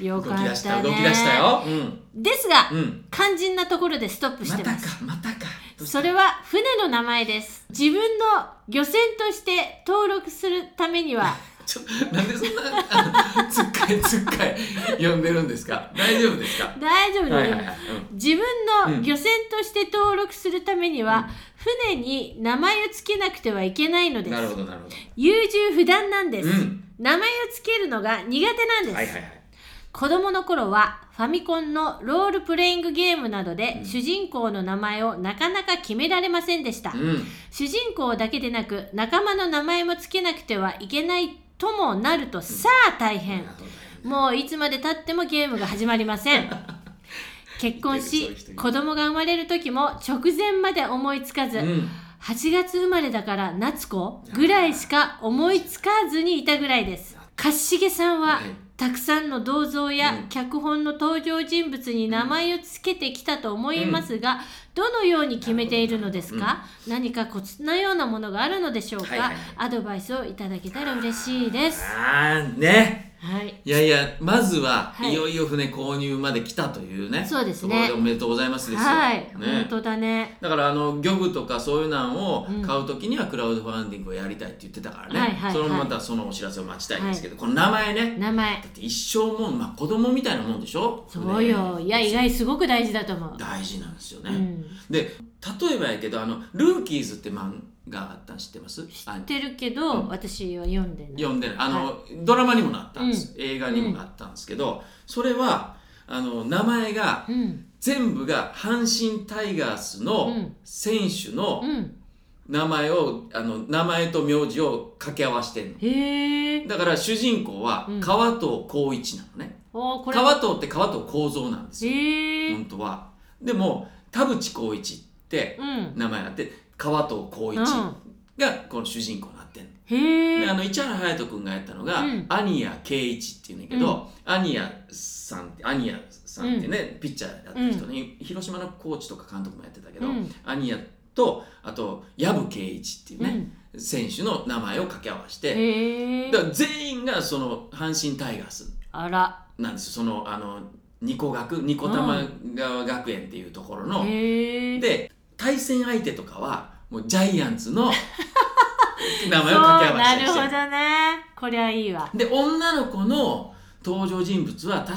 Speaker 2: い
Speaker 1: よ
Speaker 2: 動
Speaker 1: かった
Speaker 2: き
Speaker 1: ね。
Speaker 2: 出した動き出した。ようん
Speaker 1: ですが、
Speaker 2: うん
Speaker 1: 肝心なところでストップし
Speaker 2: ま
Speaker 1: て
Speaker 2: たか
Speaker 1: ます。
Speaker 2: またかどうした
Speaker 1: それは船の名前です。自分の漁船として登録するためには、
Speaker 2: ちょなんでそんなあのつっかいつっかい呼んでるんですか大丈夫ですか
Speaker 1: 大丈夫です。
Speaker 2: はいはいはい
Speaker 1: 自分
Speaker 2: う
Speaker 1: の
Speaker 2: ん
Speaker 1: 漁船として登録するためには、船に名前を付けなくてはいけないの
Speaker 2: う
Speaker 1: で
Speaker 2: んなる
Speaker 1: す
Speaker 2: ほどなるほど
Speaker 1: 優柔不断なんです、
Speaker 2: うん
Speaker 1: 名前を付けるのが苦手なんです、
Speaker 2: はいはいはい
Speaker 1: 子供の頃はファミコンのロールプレイングゲームなどで、
Speaker 2: うん
Speaker 1: 主人公の名前をなかなか決められませんでした、
Speaker 2: うん
Speaker 1: 主人公だけでなく仲間の名前も付けなくてはいけないともなるとさあ大変、
Speaker 2: なるほど
Speaker 1: もういつまでたってもゲームが始まりませ ん結婚
Speaker 2: いけるそういう
Speaker 1: し
Speaker 2: 人いる
Speaker 1: 子供が生まれる時も直前まで思いつかず、
Speaker 2: うん
Speaker 1: 8月生まれだから夏子ぐらいしか思いつかずにいたぐらいです勝重さんは、
Speaker 2: はい
Speaker 1: たくさんの銅像
Speaker 2: う
Speaker 1: や
Speaker 2: ん
Speaker 1: 脚本の登場人物に名前を付けてきたと思いますが、どのように決めているのですか、何かコツのようなものがあるのでしょうか、
Speaker 2: はいはいはい
Speaker 1: アドバイスをいただけたら嬉しいです
Speaker 2: あーね
Speaker 1: はい
Speaker 2: いやいやまずは、、
Speaker 1: はいい
Speaker 2: よいよ船購入まで来たというね
Speaker 1: そうですね
Speaker 2: ところでおめでとうございますですよ、
Speaker 1: はい、本
Speaker 2: ね、
Speaker 1: 当だね
Speaker 2: だからあの漁具とかそういうなんを
Speaker 1: うん
Speaker 2: 買うときにはクラウドファンディングをやりたいって言ってたからね、
Speaker 1: はいはいはい
Speaker 2: そのまたそのお知らせを待ちたいんですけど、この名前ね
Speaker 1: 名前
Speaker 2: だって一生もう、まあ、子供みたいなもんでしょ
Speaker 1: そうよ
Speaker 2: 船
Speaker 1: いや意外すごく大事だと思う、
Speaker 2: 大事なんですよね、
Speaker 1: うん、
Speaker 2: で例えばやけどあの「ルーキーズ」って漫画あったん知ってます
Speaker 1: 知
Speaker 2: あ
Speaker 1: ってるけど、私は読んでない
Speaker 2: 読んでないあの、ドラマにもなったんです、映画に
Speaker 1: う
Speaker 2: も
Speaker 1: ん
Speaker 2: なったんですけど、それはあの名前が
Speaker 1: うん
Speaker 2: 全部が阪神タイガースの
Speaker 1: うん
Speaker 2: 選手の
Speaker 1: うん
Speaker 2: 名前を、あの名前と名字を掛け合わせてんの
Speaker 1: へえ
Speaker 2: だから主人公は
Speaker 1: うん
Speaker 2: 川藤浩一なのね、
Speaker 1: おーこれ
Speaker 2: 川藤って川藤幸三なんですよ、
Speaker 1: へえ
Speaker 2: 本当はでも田淵浩一って
Speaker 1: うん
Speaker 2: 名前があって川藤浩一
Speaker 1: うん
Speaker 2: がこの主人公になってんの
Speaker 1: へ
Speaker 2: で
Speaker 1: え
Speaker 2: あの市原隼人君がやったのが、
Speaker 1: うん
Speaker 2: アニヤ圭一っていうんだけど、アニヤさんってアニヤさんってね、ピッチャーだった人ね、広島のコーチとか監督もやってたけど、
Speaker 1: うん
Speaker 2: アニヤとあと藪圭一っていうね、選手の名前を掛け合わせ
Speaker 1: うん、
Speaker 2: て、
Speaker 1: へえ
Speaker 2: だから全員がその阪神タイガース
Speaker 1: あら
Speaker 2: なんですよそのあの二子学二子玉川学園っていうところの、
Speaker 1: へえ
Speaker 2: で対戦相手とかはもうジャイアンツ の名前を掛け合わせたりして
Speaker 1: そうなるほどねこりゃいいわ
Speaker 2: で女の子の登場人物は確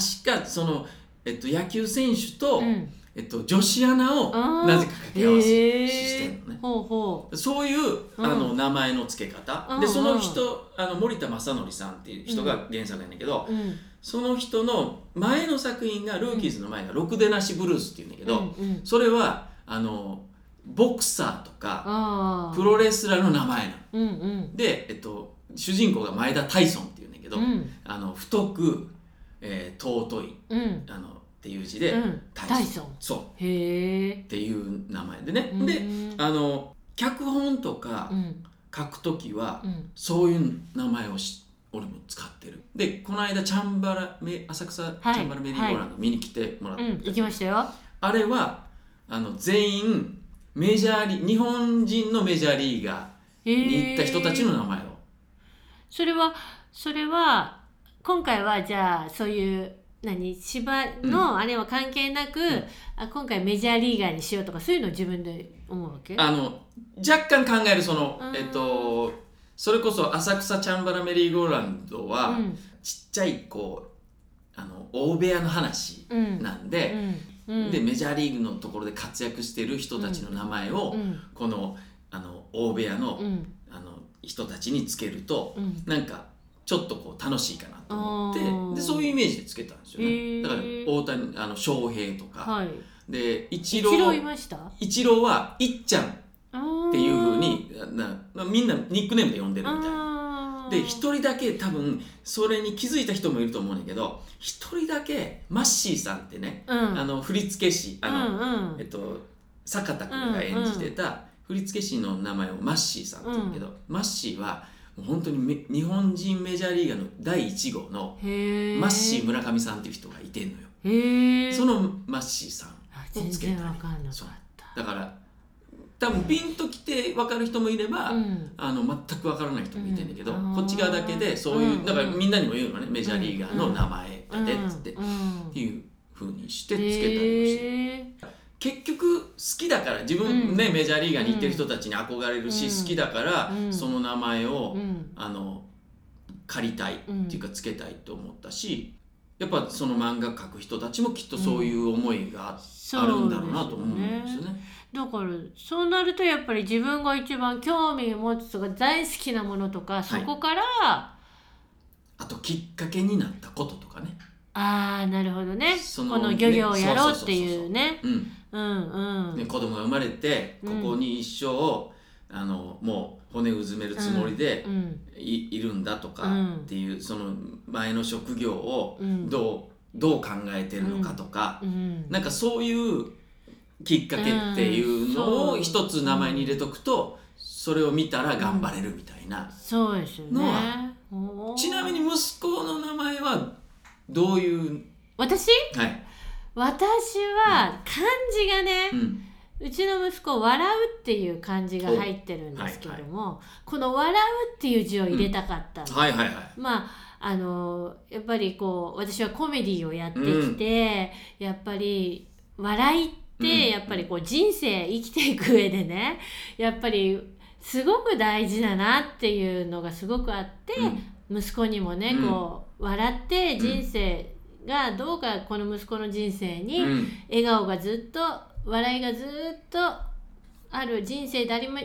Speaker 2: かその、えっと、野球選手と、
Speaker 1: うん
Speaker 2: えっと、女子アナ
Speaker 1: あ
Speaker 2: を
Speaker 1: ー
Speaker 2: なぜか掛け合わせ
Speaker 1: へー
Speaker 2: してるのね。
Speaker 1: ほうほ
Speaker 2: そういう、
Speaker 1: うん
Speaker 2: あの名前の付け方、
Speaker 1: うんう
Speaker 2: で
Speaker 1: ん
Speaker 2: その人あの森田正則さんっていう人が原作なんだけど、
Speaker 1: ううん
Speaker 2: その人の前の作品が「ルーキーズ」の前が「ろくでなしブルース」っていうんだけど、
Speaker 1: うんうん
Speaker 2: それはあのボクサーとか
Speaker 1: ああ
Speaker 2: プロレスラーの名前なの。
Speaker 1: うんうん
Speaker 2: で、えっと、主人公が前田タイソンっていうんだけど、
Speaker 1: うん
Speaker 2: あの太く、えー尊い
Speaker 1: うん
Speaker 2: あのっていう字で、
Speaker 1: うん
Speaker 2: 大
Speaker 1: ダイソン
Speaker 2: そう
Speaker 1: へえ
Speaker 2: っていう名前でね、
Speaker 1: うん
Speaker 2: であの脚本とか
Speaker 1: うん
Speaker 2: 書くときは、
Speaker 1: うん
Speaker 2: そういう名前をし俺も使ってるでこの間チャンバラメ浅草チャンバラメリーゴーランド見に来てもらった、
Speaker 1: うん行きましたよ
Speaker 2: あれはあの全員メジャーリ日本人のメジャーリーガ
Speaker 1: へ
Speaker 2: ー
Speaker 1: え
Speaker 2: に行った人たちの名前を、
Speaker 1: それはそれは今回はじゃあそういう何芝のあれは関係なく、
Speaker 2: ん
Speaker 1: あ今回メジャーリーガーにしようとかそういうの自分で思うわけ
Speaker 2: あの若干考えるその
Speaker 1: うん
Speaker 2: えっとそれこそ浅草チャンバラメリーゴーランドは、
Speaker 1: うん
Speaker 2: ちっちゃいこうあの大部屋の話
Speaker 1: うん
Speaker 2: なんで、
Speaker 1: うんうん
Speaker 2: でメジャーリーグのところで活躍してる人たちの名前を、
Speaker 1: うん
Speaker 2: このあの大部屋の,、
Speaker 1: うん
Speaker 2: あの人たちにつけると、
Speaker 1: うん
Speaker 2: なんかちょっとこう楽しいかなと
Speaker 1: あ
Speaker 2: 思っ
Speaker 1: ー
Speaker 2: てでそういうイメージでつけたんですよ
Speaker 1: へ
Speaker 2: ね。
Speaker 1: ー
Speaker 2: だから大谷あの翔平とか、
Speaker 1: はい
Speaker 2: で一
Speaker 1: 一郎い
Speaker 2: 郎
Speaker 1: ましたっ
Speaker 2: 一郎はいっちゃんっていうふうにななみんなニックネームで呼んでるみたい
Speaker 1: あ
Speaker 2: な。
Speaker 1: ー
Speaker 2: で一人だけ多分それに気づいた人もいると思うんだけど一人だけマッシーさんってね、
Speaker 1: うん
Speaker 2: あの振付師あの、
Speaker 1: うんうん
Speaker 2: えっと坂田君が演じてた振付師の名前をマッシーさんって言うんだけど、マッシーはもう本当にめ日本人メジャーリーガーの第1号の
Speaker 1: へえ
Speaker 2: マッシー村上さんっていう人がいてんのよ、
Speaker 1: へえ
Speaker 2: そのマッシーさん
Speaker 1: あ
Speaker 2: を
Speaker 1: 全
Speaker 2: つけたり
Speaker 1: 然わかんなかっ
Speaker 2: そう
Speaker 1: た
Speaker 2: だから多分ピンときて分かる人もいれば、
Speaker 1: うん
Speaker 2: あの全く分からない人もいてんだけど、
Speaker 1: うん
Speaker 2: こっち側だけでそういう、
Speaker 1: うん
Speaker 2: だからみんなにも言うのねメジャーリーガーの名前だねっつって、
Speaker 1: うんうん
Speaker 2: っていう風にしてつけたりもして、
Speaker 1: へ
Speaker 2: 結局好きだから自分ね、メジャーリーガーに行ってる人たちに憧れるし、
Speaker 1: うん
Speaker 2: 好きだから、
Speaker 1: うん
Speaker 2: その名前を、
Speaker 1: ーうん
Speaker 2: あの借りたいっていうかつけたいと思ったし、やっぱその漫画描く人たちもきっとそういう思いがあるんだろうなと思うんですよね。
Speaker 1: だからそうなるとやっぱり自分が一番興味持つとか大好きなものとかそこから、
Speaker 2: あときっかけになったこととかね。
Speaker 1: ああなるほどね
Speaker 2: その
Speaker 1: この漁業をやろうっていうね
Speaker 2: うん
Speaker 1: うんうん、
Speaker 2: ね、子供が生まれてここに一生、あのもう骨うずめるつもりで
Speaker 1: うん
Speaker 2: い,、るんだとか
Speaker 1: うん
Speaker 2: っていうその前の職業を
Speaker 1: うん
Speaker 2: どう,、どう考えてるのかとか、
Speaker 1: うん
Speaker 2: なんかそういうきっかけっていうの
Speaker 1: う
Speaker 2: を
Speaker 1: ん
Speaker 2: 一つ名前に入れとくとそれを見たら頑張れるみたいな。
Speaker 1: そうですよ
Speaker 2: の
Speaker 1: ねおー
Speaker 2: ちなみに息子の名前はどういう、
Speaker 1: 私
Speaker 2: はい
Speaker 1: 私は漢字がね、
Speaker 2: うん、
Speaker 1: うちの息子「笑う」っていう漢字が入ってるんですけども、この「笑う」っていう字を入れたかったんです、
Speaker 2: はいはいはい。
Speaker 1: まああのやっぱりこう私はコメディをやってきて、やっぱり笑いっ
Speaker 2: うん
Speaker 1: てやっぱりこう人生生きていく上でねやっぱりすごく大事だなっていうのがすごくあって、
Speaker 2: うん
Speaker 1: 息子にもね
Speaker 2: うん
Speaker 1: こう笑って人生がどうかこの息子の人生に、
Speaker 2: うん
Speaker 1: 笑顔がずっと笑いがずっとある人生でありま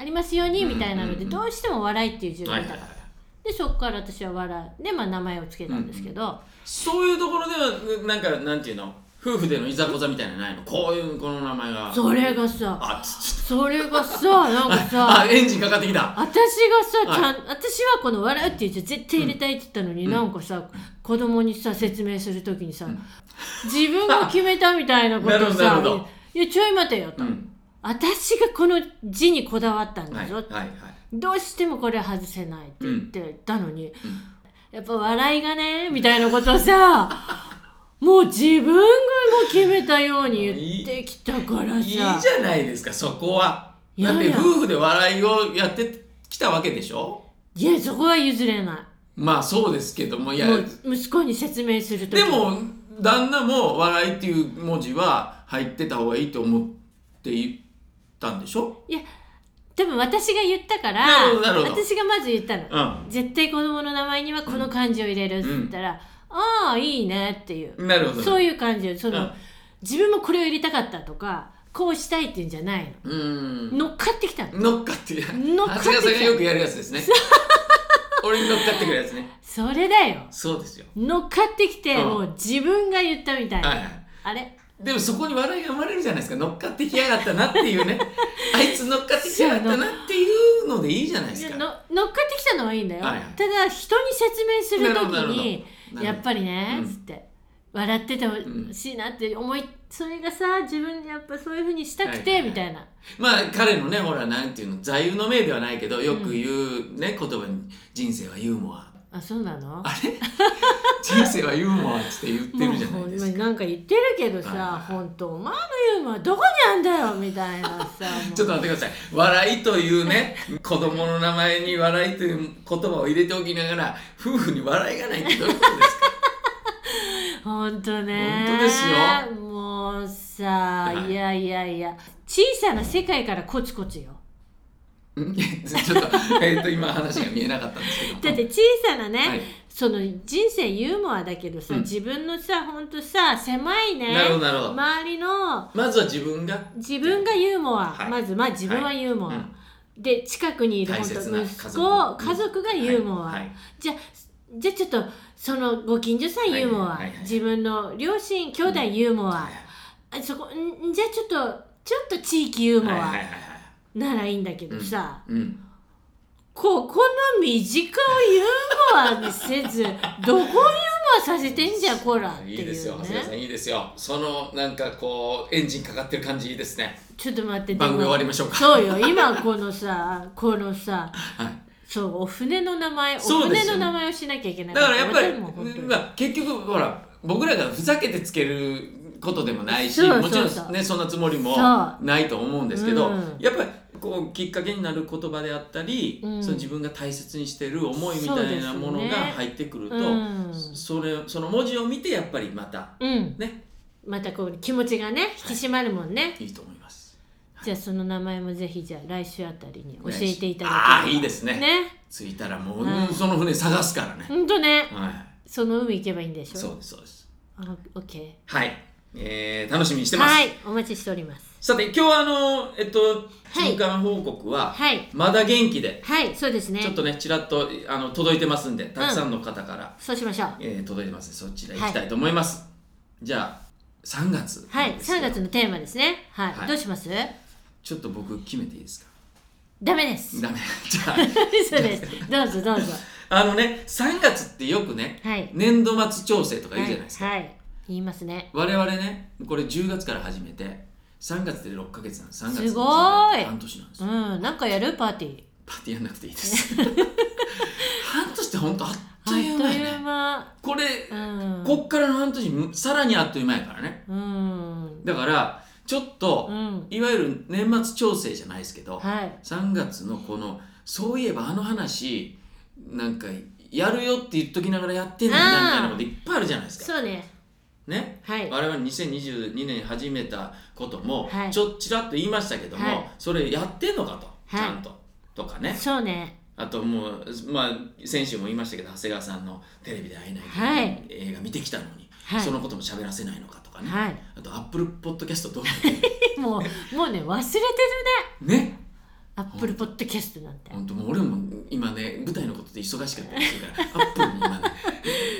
Speaker 1: ありますようにみたいなので、
Speaker 2: うんうんうん
Speaker 1: どうしても笑いっていう字を
Speaker 2: は
Speaker 1: 入
Speaker 2: い
Speaker 1: れ
Speaker 2: は
Speaker 1: た
Speaker 2: いはい
Speaker 1: でそこから私は笑いで、まあ、名前を付けたんですけど、
Speaker 2: そういうところではなんかなんていうの夫婦でのいざこざみたいなのないのこういうこの名前が
Speaker 1: それがさ
Speaker 2: あつつ
Speaker 1: それが さなんか
Speaker 2: あ
Speaker 1: さ
Speaker 2: エンジンかかってきた
Speaker 1: 私がさちゃん、私はこの「笑う」っていう字を絶対入れたいって言ったのに、
Speaker 2: うん
Speaker 1: なんかさ子供にさ説明する時にさ、
Speaker 2: うん
Speaker 1: 自分が決めたみたいなこ
Speaker 2: なる
Speaker 1: と
Speaker 2: ほどなる
Speaker 1: さ
Speaker 2: ほど
Speaker 1: 「いやちょい待てよ」と、
Speaker 2: うん
Speaker 1: 私がこの字にこだわったん
Speaker 2: は
Speaker 1: だ
Speaker 2: い
Speaker 1: ぞ」
Speaker 2: はいはい
Speaker 1: どうしてもこれ外せないって言ってたのに、
Speaker 2: ん
Speaker 1: やっぱ笑いがねみたいなことをさもう自分が決めたように言ってきたからさ
Speaker 2: いいじゃないですかそこはい
Speaker 1: や
Speaker 2: だって
Speaker 1: いや
Speaker 2: 夫婦で笑いをやってきたわけでしょ
Speaker 1: いやそこは譲れな
Speaker 2: まあそうですけどもい
Speaker 1: い
Speaker 2: や
Speaker 1: もう息子に説明するとき
Speaker 2: でも旦那も「笑い」っていう文字は入ってた方がいいと思っていたんでしょ
Speaker 1: いや多分私が言ったか
Speaker 2: なる
Speaker 1: ら
Speaker 2: ほどなるほど
Speaker 1: 私がまず言ったの、
Speaker 2: う
Speaker 1: 絶対子供の名前にはこの漢字を入れるって言ったら、ああいいねっていう、
Speaker 2: んなるほど
Speaker 1: そういう感じその、
Speaker 2: うん
Speaker 1: 自分もこれを入れたかったとかこうしたいっていうんじゃないの
Speaker 2: うん
Speaker 1: 乗っかってきたの
Speaker 2: 乗っかって
Speaker 1: 乗っかってきた
Speaker 2: 長谷川さんがよくやるや つですね俺に乗っかってくるやつね
Speaker 1: それだよ
Speaker 2: そうですよ
Speaker 1: 乗っかってきて、
Speaker 2: うん
Speaker 1: もう自分が言ったみたいな、
Speaker 2: はいはい
Speaker 1: あれ
Speaker 2: でもそこに笑いが生まれるじゃないですか乗っかってきやがったなっていう ねあいつ乗っかってきやがったなっていうのでいいじゃないで
Speaker 1: い
Speaker 2: す
Speaker 1: や
Speaker 2: か
Speaker 1: の乗っかってきたのはいいんだよ、
Speaker 2: はいはい
Speaker 1: ただ人に説明する
Speaker 2: なるほどなる
Speaker 1: 時
Speaker 2: ほど
Speaker 1: に
Speaker 2: なるほど
Speaker 1: やっぱりね、
Speaker 2: うん
Speaker 1: つって笑っててほしいなって思い、それがさ自分やっぱそういうふうにしたくて、
Speaker 2: はいはいはい
Speaker 1: みたいな
Speaker 2: まあ彼のねほらなんていうの座右の銘ではないけどよく言うね、言葉に「人生はユーモア
Speaker 1: あそうなの」
Speaker 2: あれ人生はユーモアって言ってるじゃないです
Speaker 1: もうほんまに
Speaker 2: か
Speaker 1: なんか言ってるけどさ、
Speaker 2: はいはいはい
Speaker 1: 本当お前のユーモアどこにあんだよみたいなさもう
Speaker 2: ちょっと待ってください笑いというね子供の名前に笑いという言葉を入れておきながら夫婦に笑いがないってどういうことですか
Speaker 1: 本当ね
Speaker 2: 本当です
Speaker 1: よもうさ
Speaker 2: はい
Speaker 1: いやいやいや小さな世界からコツコツよ
Speaker 2: ん ちょっと,、えっと今話が見えなかったんですけど
Speaker 1: だって小さなね、
Speaker 2: はい
Speaker 1: その人生ユーモアだけどさ、
Speaker 2: うん
Speaker 1: 自分のさほんとさ狭いね
Speaker 2: なるほどなるほど
Speaker 1: 周りの
Speaker 2: まずは自分が
Speaker 1: 自分がユーモア、
Speaker 2: はい
Speaker 1: まずまあ自分はユーモア、で近くにいる
Speaker 2: 大
Speaker 1: 本当
Speaker 2: 切な
Speaker 1: 息
Speaker 2: 家族
Speaker 1: 子家族がユーモア、
Speaker 2: はいはい
Speaker 1: じゃじゃあちょっとそのご近所さんユーモア、
Speaker 2: はいはいはいはい
Speaker 1: 自分の両親兄弟ユーモア、
Speaker 2: はい
Speaker 1: あそこんじゃあちょっとちょっと地域ユーモ
Speaker 2: はいは
Speaker 1: ア
Speaker 2: いはいはい
Speaker 1: ならいいんだけどさ、
Speaker 2: うん
Speaker 1: ここの身近をユーモアにせ ずどこユーモアさせてんじゃんこらって
Speaker 2: い
Speaker 1: い
Speaker 2: いですよ
Speaker 1: う
Speaker 2: 長谷川さ
Speaker 1: ね
Speaker 2: んいいですよそのなんかこうエンジンかかってる感じいいですね
Speaker 1: ちょっと待って
Speaker 2: 番組
Speaker 1: でも
Speaker 2: 終わりましょうか
Speaker 1: そうよ今この さこのさ
Speaker 2: はい
Speaker 1: そうお船の名前お
Speaker 2: そうです
Speaker 1: 船
Speaker 2: よ
Speaker 1: の名前をしなきゃいけない
Speaker 2: だからやっぱ
Speaker 1: 私も本当に
Speaker 2: り、まあ、結局ほら僕らがふざけてつけることでもないし
Speaker 1: そうそう
Speaker 2: もち
Speaker 1: そ
Speaker 2: ろ
Speaker 1: うん
Speaker 2: ねそんなつもりも
Speaker 1: そ
Speaker 2: ないと思うんですけど、
Speaker 1: うん
Speaker 2: やっぱりこうきっかけになる言葉であったり、
Speaker 1: うん
Speaker 2: その自分が大切にしてる思いみたいなもの
Speaker 1: そうで
Speaker 2: が
Speaker 1: すね
Speaker 2: 入ってくると
Speaker 1: う
Speaker 2: そ,、
Speaker 1: ん
Speaker 2: れその文字を見てやっぱりまた
Speaker 1: うん
Speaker 2: ね
Speaker 1: またこう気持ちがね引き締まるもんね、
Speaker 2: いいと思います
Speaker 1: じゃあその名前もぜひじゃあ来週あたりに教えていただければ
Speaker 2: ああいいですね
Speaker 1: ね
Speaker 2: 着いたらもう、
Speaker 1: はい
Speaker 2: うんその船探すからね、
Speaker 1: ほんとね
Speaker 2: は
Speaker 1: その海行けばいいんでし
Speaker 2: い、
Speaker 1: ょ
Speaker 2: そうですそうです
Speaker 1: あオッケー
Speaker 2: はい、えー楽しみにしてます、
Speaker 1: はいお待ちしております
Speaker 2: さて今日はあのえっと
Speaker 1: い
Speaker 2: 中間報告は、
Speaker 1: はい
Speaker 2: まだ元気で
Speaker 1: はいそうですね
Speaker 2: ちょっとねちらっとあの届いてますんでたくさんの方から、
Speaker 1: そうしましょう
Speaker 2: えー届いてますそちら行きたいと思います、じゃあ3月
Speaker 1: はい
Speaker 2: ですよ
Speaker 1: 3月のテーマですねはい、
Speaker 2: はい
Speaker 1: どうします
Speaker 2: ちょっと僕決めていいですか
Speaker 1: ダメです
Speaker 2: ダメじゃ
Speaker 1: そうですどうぞどうぞ
Speaker 2: ああのね3月ってよくね
Speaker 1: はい
Speaker 2: 年度末調整とか言うじゃないですか、
Speaker 1: はい、はい、言いますね
Speaker 2: 我々ねこれ10月から始めて3月で6ヶ月なんです3月
Speaker 1: すごい
Speaker 2: 半年なんです
Speaker 1: う
Speaker 2: よ、
Speaker 1: んなんかやるパーティー
Speaker 2: パッてやんなくていいです 半年ってほんとあっ
Speaker 1: あ
Speaker 2: という
Speaker 1: っと
Speaker 2: 間や
Speaker 1: い
Speaker 2: ね
Speaker 1: う間
Speaker 2: これ、
Speaker 1: うん
Speaker 2: こっからの半年さらにあっという間やからね
Speaker 1: うん
Speaker 2: だからちょっと
Speaker 1: う、ん
Speaker 2: いわゆる年末調整じゃないですけど、
Speaker 1: はい
Speaker 2: 3月のこのそういえばあの話なんかやるよって言っときながらやってんのになみたいなこといっぱいあるじゃないですか。
Speaker 1: そうね
Speaker 2: ね、
Speaker 1: はい
Speaker 2: 我々2022年に始めたことも、
Speaker 1: はい
Speaker 2: ちょちらっと言いましたけども、
Speaker 1: はい
Speaker 2: それやってんのかと、
Speaker 1: はい
Speaker 2: ちゃんととかね
Speaker 1: そうね
Speaker 2: あともう、まあ、先週も言いましたけど長谷川さんのテレビで会えないけど、
Speaker 1: はい
Speaker 2: 映画見てきたのに、
Speaker 1: はい
Speaker 2: そのことも喋らせないのかとかね、
Speaker 1: は
Speaker 2: あとアップルポッドキャストどうなの
Speaker 1: い もうもうね忘れてるね
Speaker 2: ね
Speaker 1: アップルポッドキャストなんて
Speaker 2: 本当もう俺も今ね舞台のことで忙しかったりするからアップルに今 ね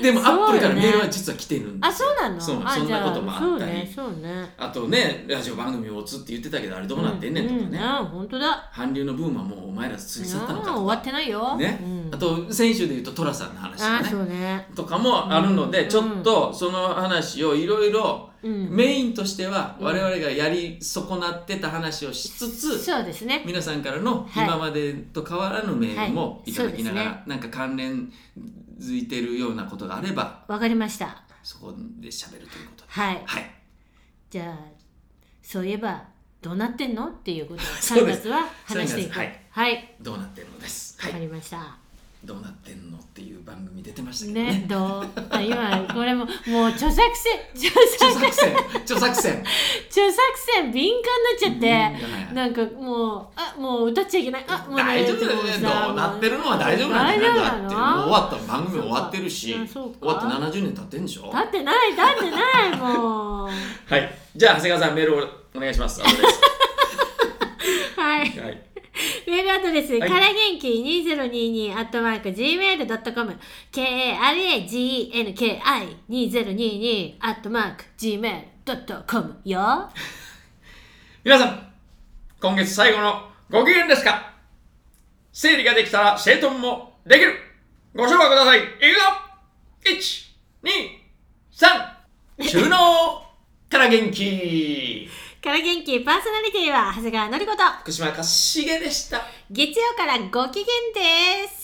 Speaker 2: でも
Speaker 1: そうよね
Speaker 2: アップルからメールは実は来てるんで
Speaker 1: あそうなの
Speaker 2: そう
Speaker 1: あ
Speaker 2: そん
Speaker 1: じゃ
Speaker 2: なこともあったり
Speaker 1: そうねそうね
Speaker 2: あとねラジオ番組を打つって言ってたけどあれどうなってんねんとかね、
Speaker 1: うあ本当だ
Speaker 2: 韓流のブームはもうお前ら過ぎ去ったの
Speaker 1: あ
Speaker 2: か
Speaker 1: ー
Speaker 2: と
Speaker 1: 終わっ
Speaker 2: か
Speaker 1: てないよ
Speaker 2: ね、
Speaker 1: うん
Speaker 2: あと先週で言うと寅さんの話と
Speaker 1: あ
Speaker 2: か
Speaker 1: ーそ
Speaker 2: ね
Speaker 1: うね
Speaker 2: とかもあるので、
Speaker 1: うん
Speaker 2: ちょっとその話をいろいろ
Speaker 1: うん
Speaker 2: メインとしては我々がやり損なってた話をしつつ、
Speaker 1: そうですね
Speaker 2: 皆さんからの
Speaker 1: はい
Speaker 2: 今までと変わらぬメールも
Speaker 1: はい
Speaker 2: いただきなが
Speaker 1: そ
Speaker 2: ら、
Speaker 1: うで
Speaker 2: なんか関連づいてるようなことがあれば
Speaker 1: わかりました
Speaker 2: そこで喋るということで
Speaker 1: はい
Speaker 2: はい
Speaker 1: じゃあそういえばどうなってんのっていうことを
Speaker 2: そ
Speaker 1: 3
Speaker 2: うです
Speaker 1: 月は話してい
Speaker 2: 3
Speaker 1: く
Speaker 2: 月はい
Speaker 1: はい
Speaker 2: どうなってるのです、は
Speaker 1: わ
Speaker 2: い
Speaker 1: かりました
Speaker 2: どうなってんのっていう番組出てましたけど
Speaker 1: ね
Speaker 2: ね
Speaker 1: どうあ今これももう著作権著 作
Speaker 2: 著作戦著作戦
Speaker 1: 著作権敏感 になっちゃって
Speaker 2: うん
Speaker 1: なんかもうあもう歌っちゃいけないあもうね
Speaker 2: 大丈夫だよね
Speaker 1: でもさ
Speaker 2: どうなってるのは大丈夫なん
Speaker 1: 大丈
Speaker 2: だよ
Speaker 1: 夫
Speaker 2: だ
Speaker 1: な
Speaker 2: ってもう
Speaker 1: の
Speaker 2: 終わった番組終わってるし
Speaker 1: そうかあ
Speaker 2: 終
Speaker 1: そうか
Speaker 2: わって70年経ってんでしょ
Speaker 1: 立ってない立ってない もう
Speaker 2: はいじゃあ長谷川さんメールをお願いしますあとで
Speaker 1: はい
Speaker 2: すはい
Speaker 1: メールアドレス、
Speaker 2: はい
Speaker 1: から元気2022アットマーク gmail.com k-a-r-a-g-e-n-k-i2022 アットマーク gmail.com よ
Speaker 2: 皆さん、今月最後のご機嫌ですか整理ができたら整頓もできるご唱和くださいいくぞ !1、2、3! 収納から元気
Speaker 1: から元気パーソナリティは長谷川のりこと
Speaker 2: 福島かしげでした。
Speaker 1: 月曜からご機嫌です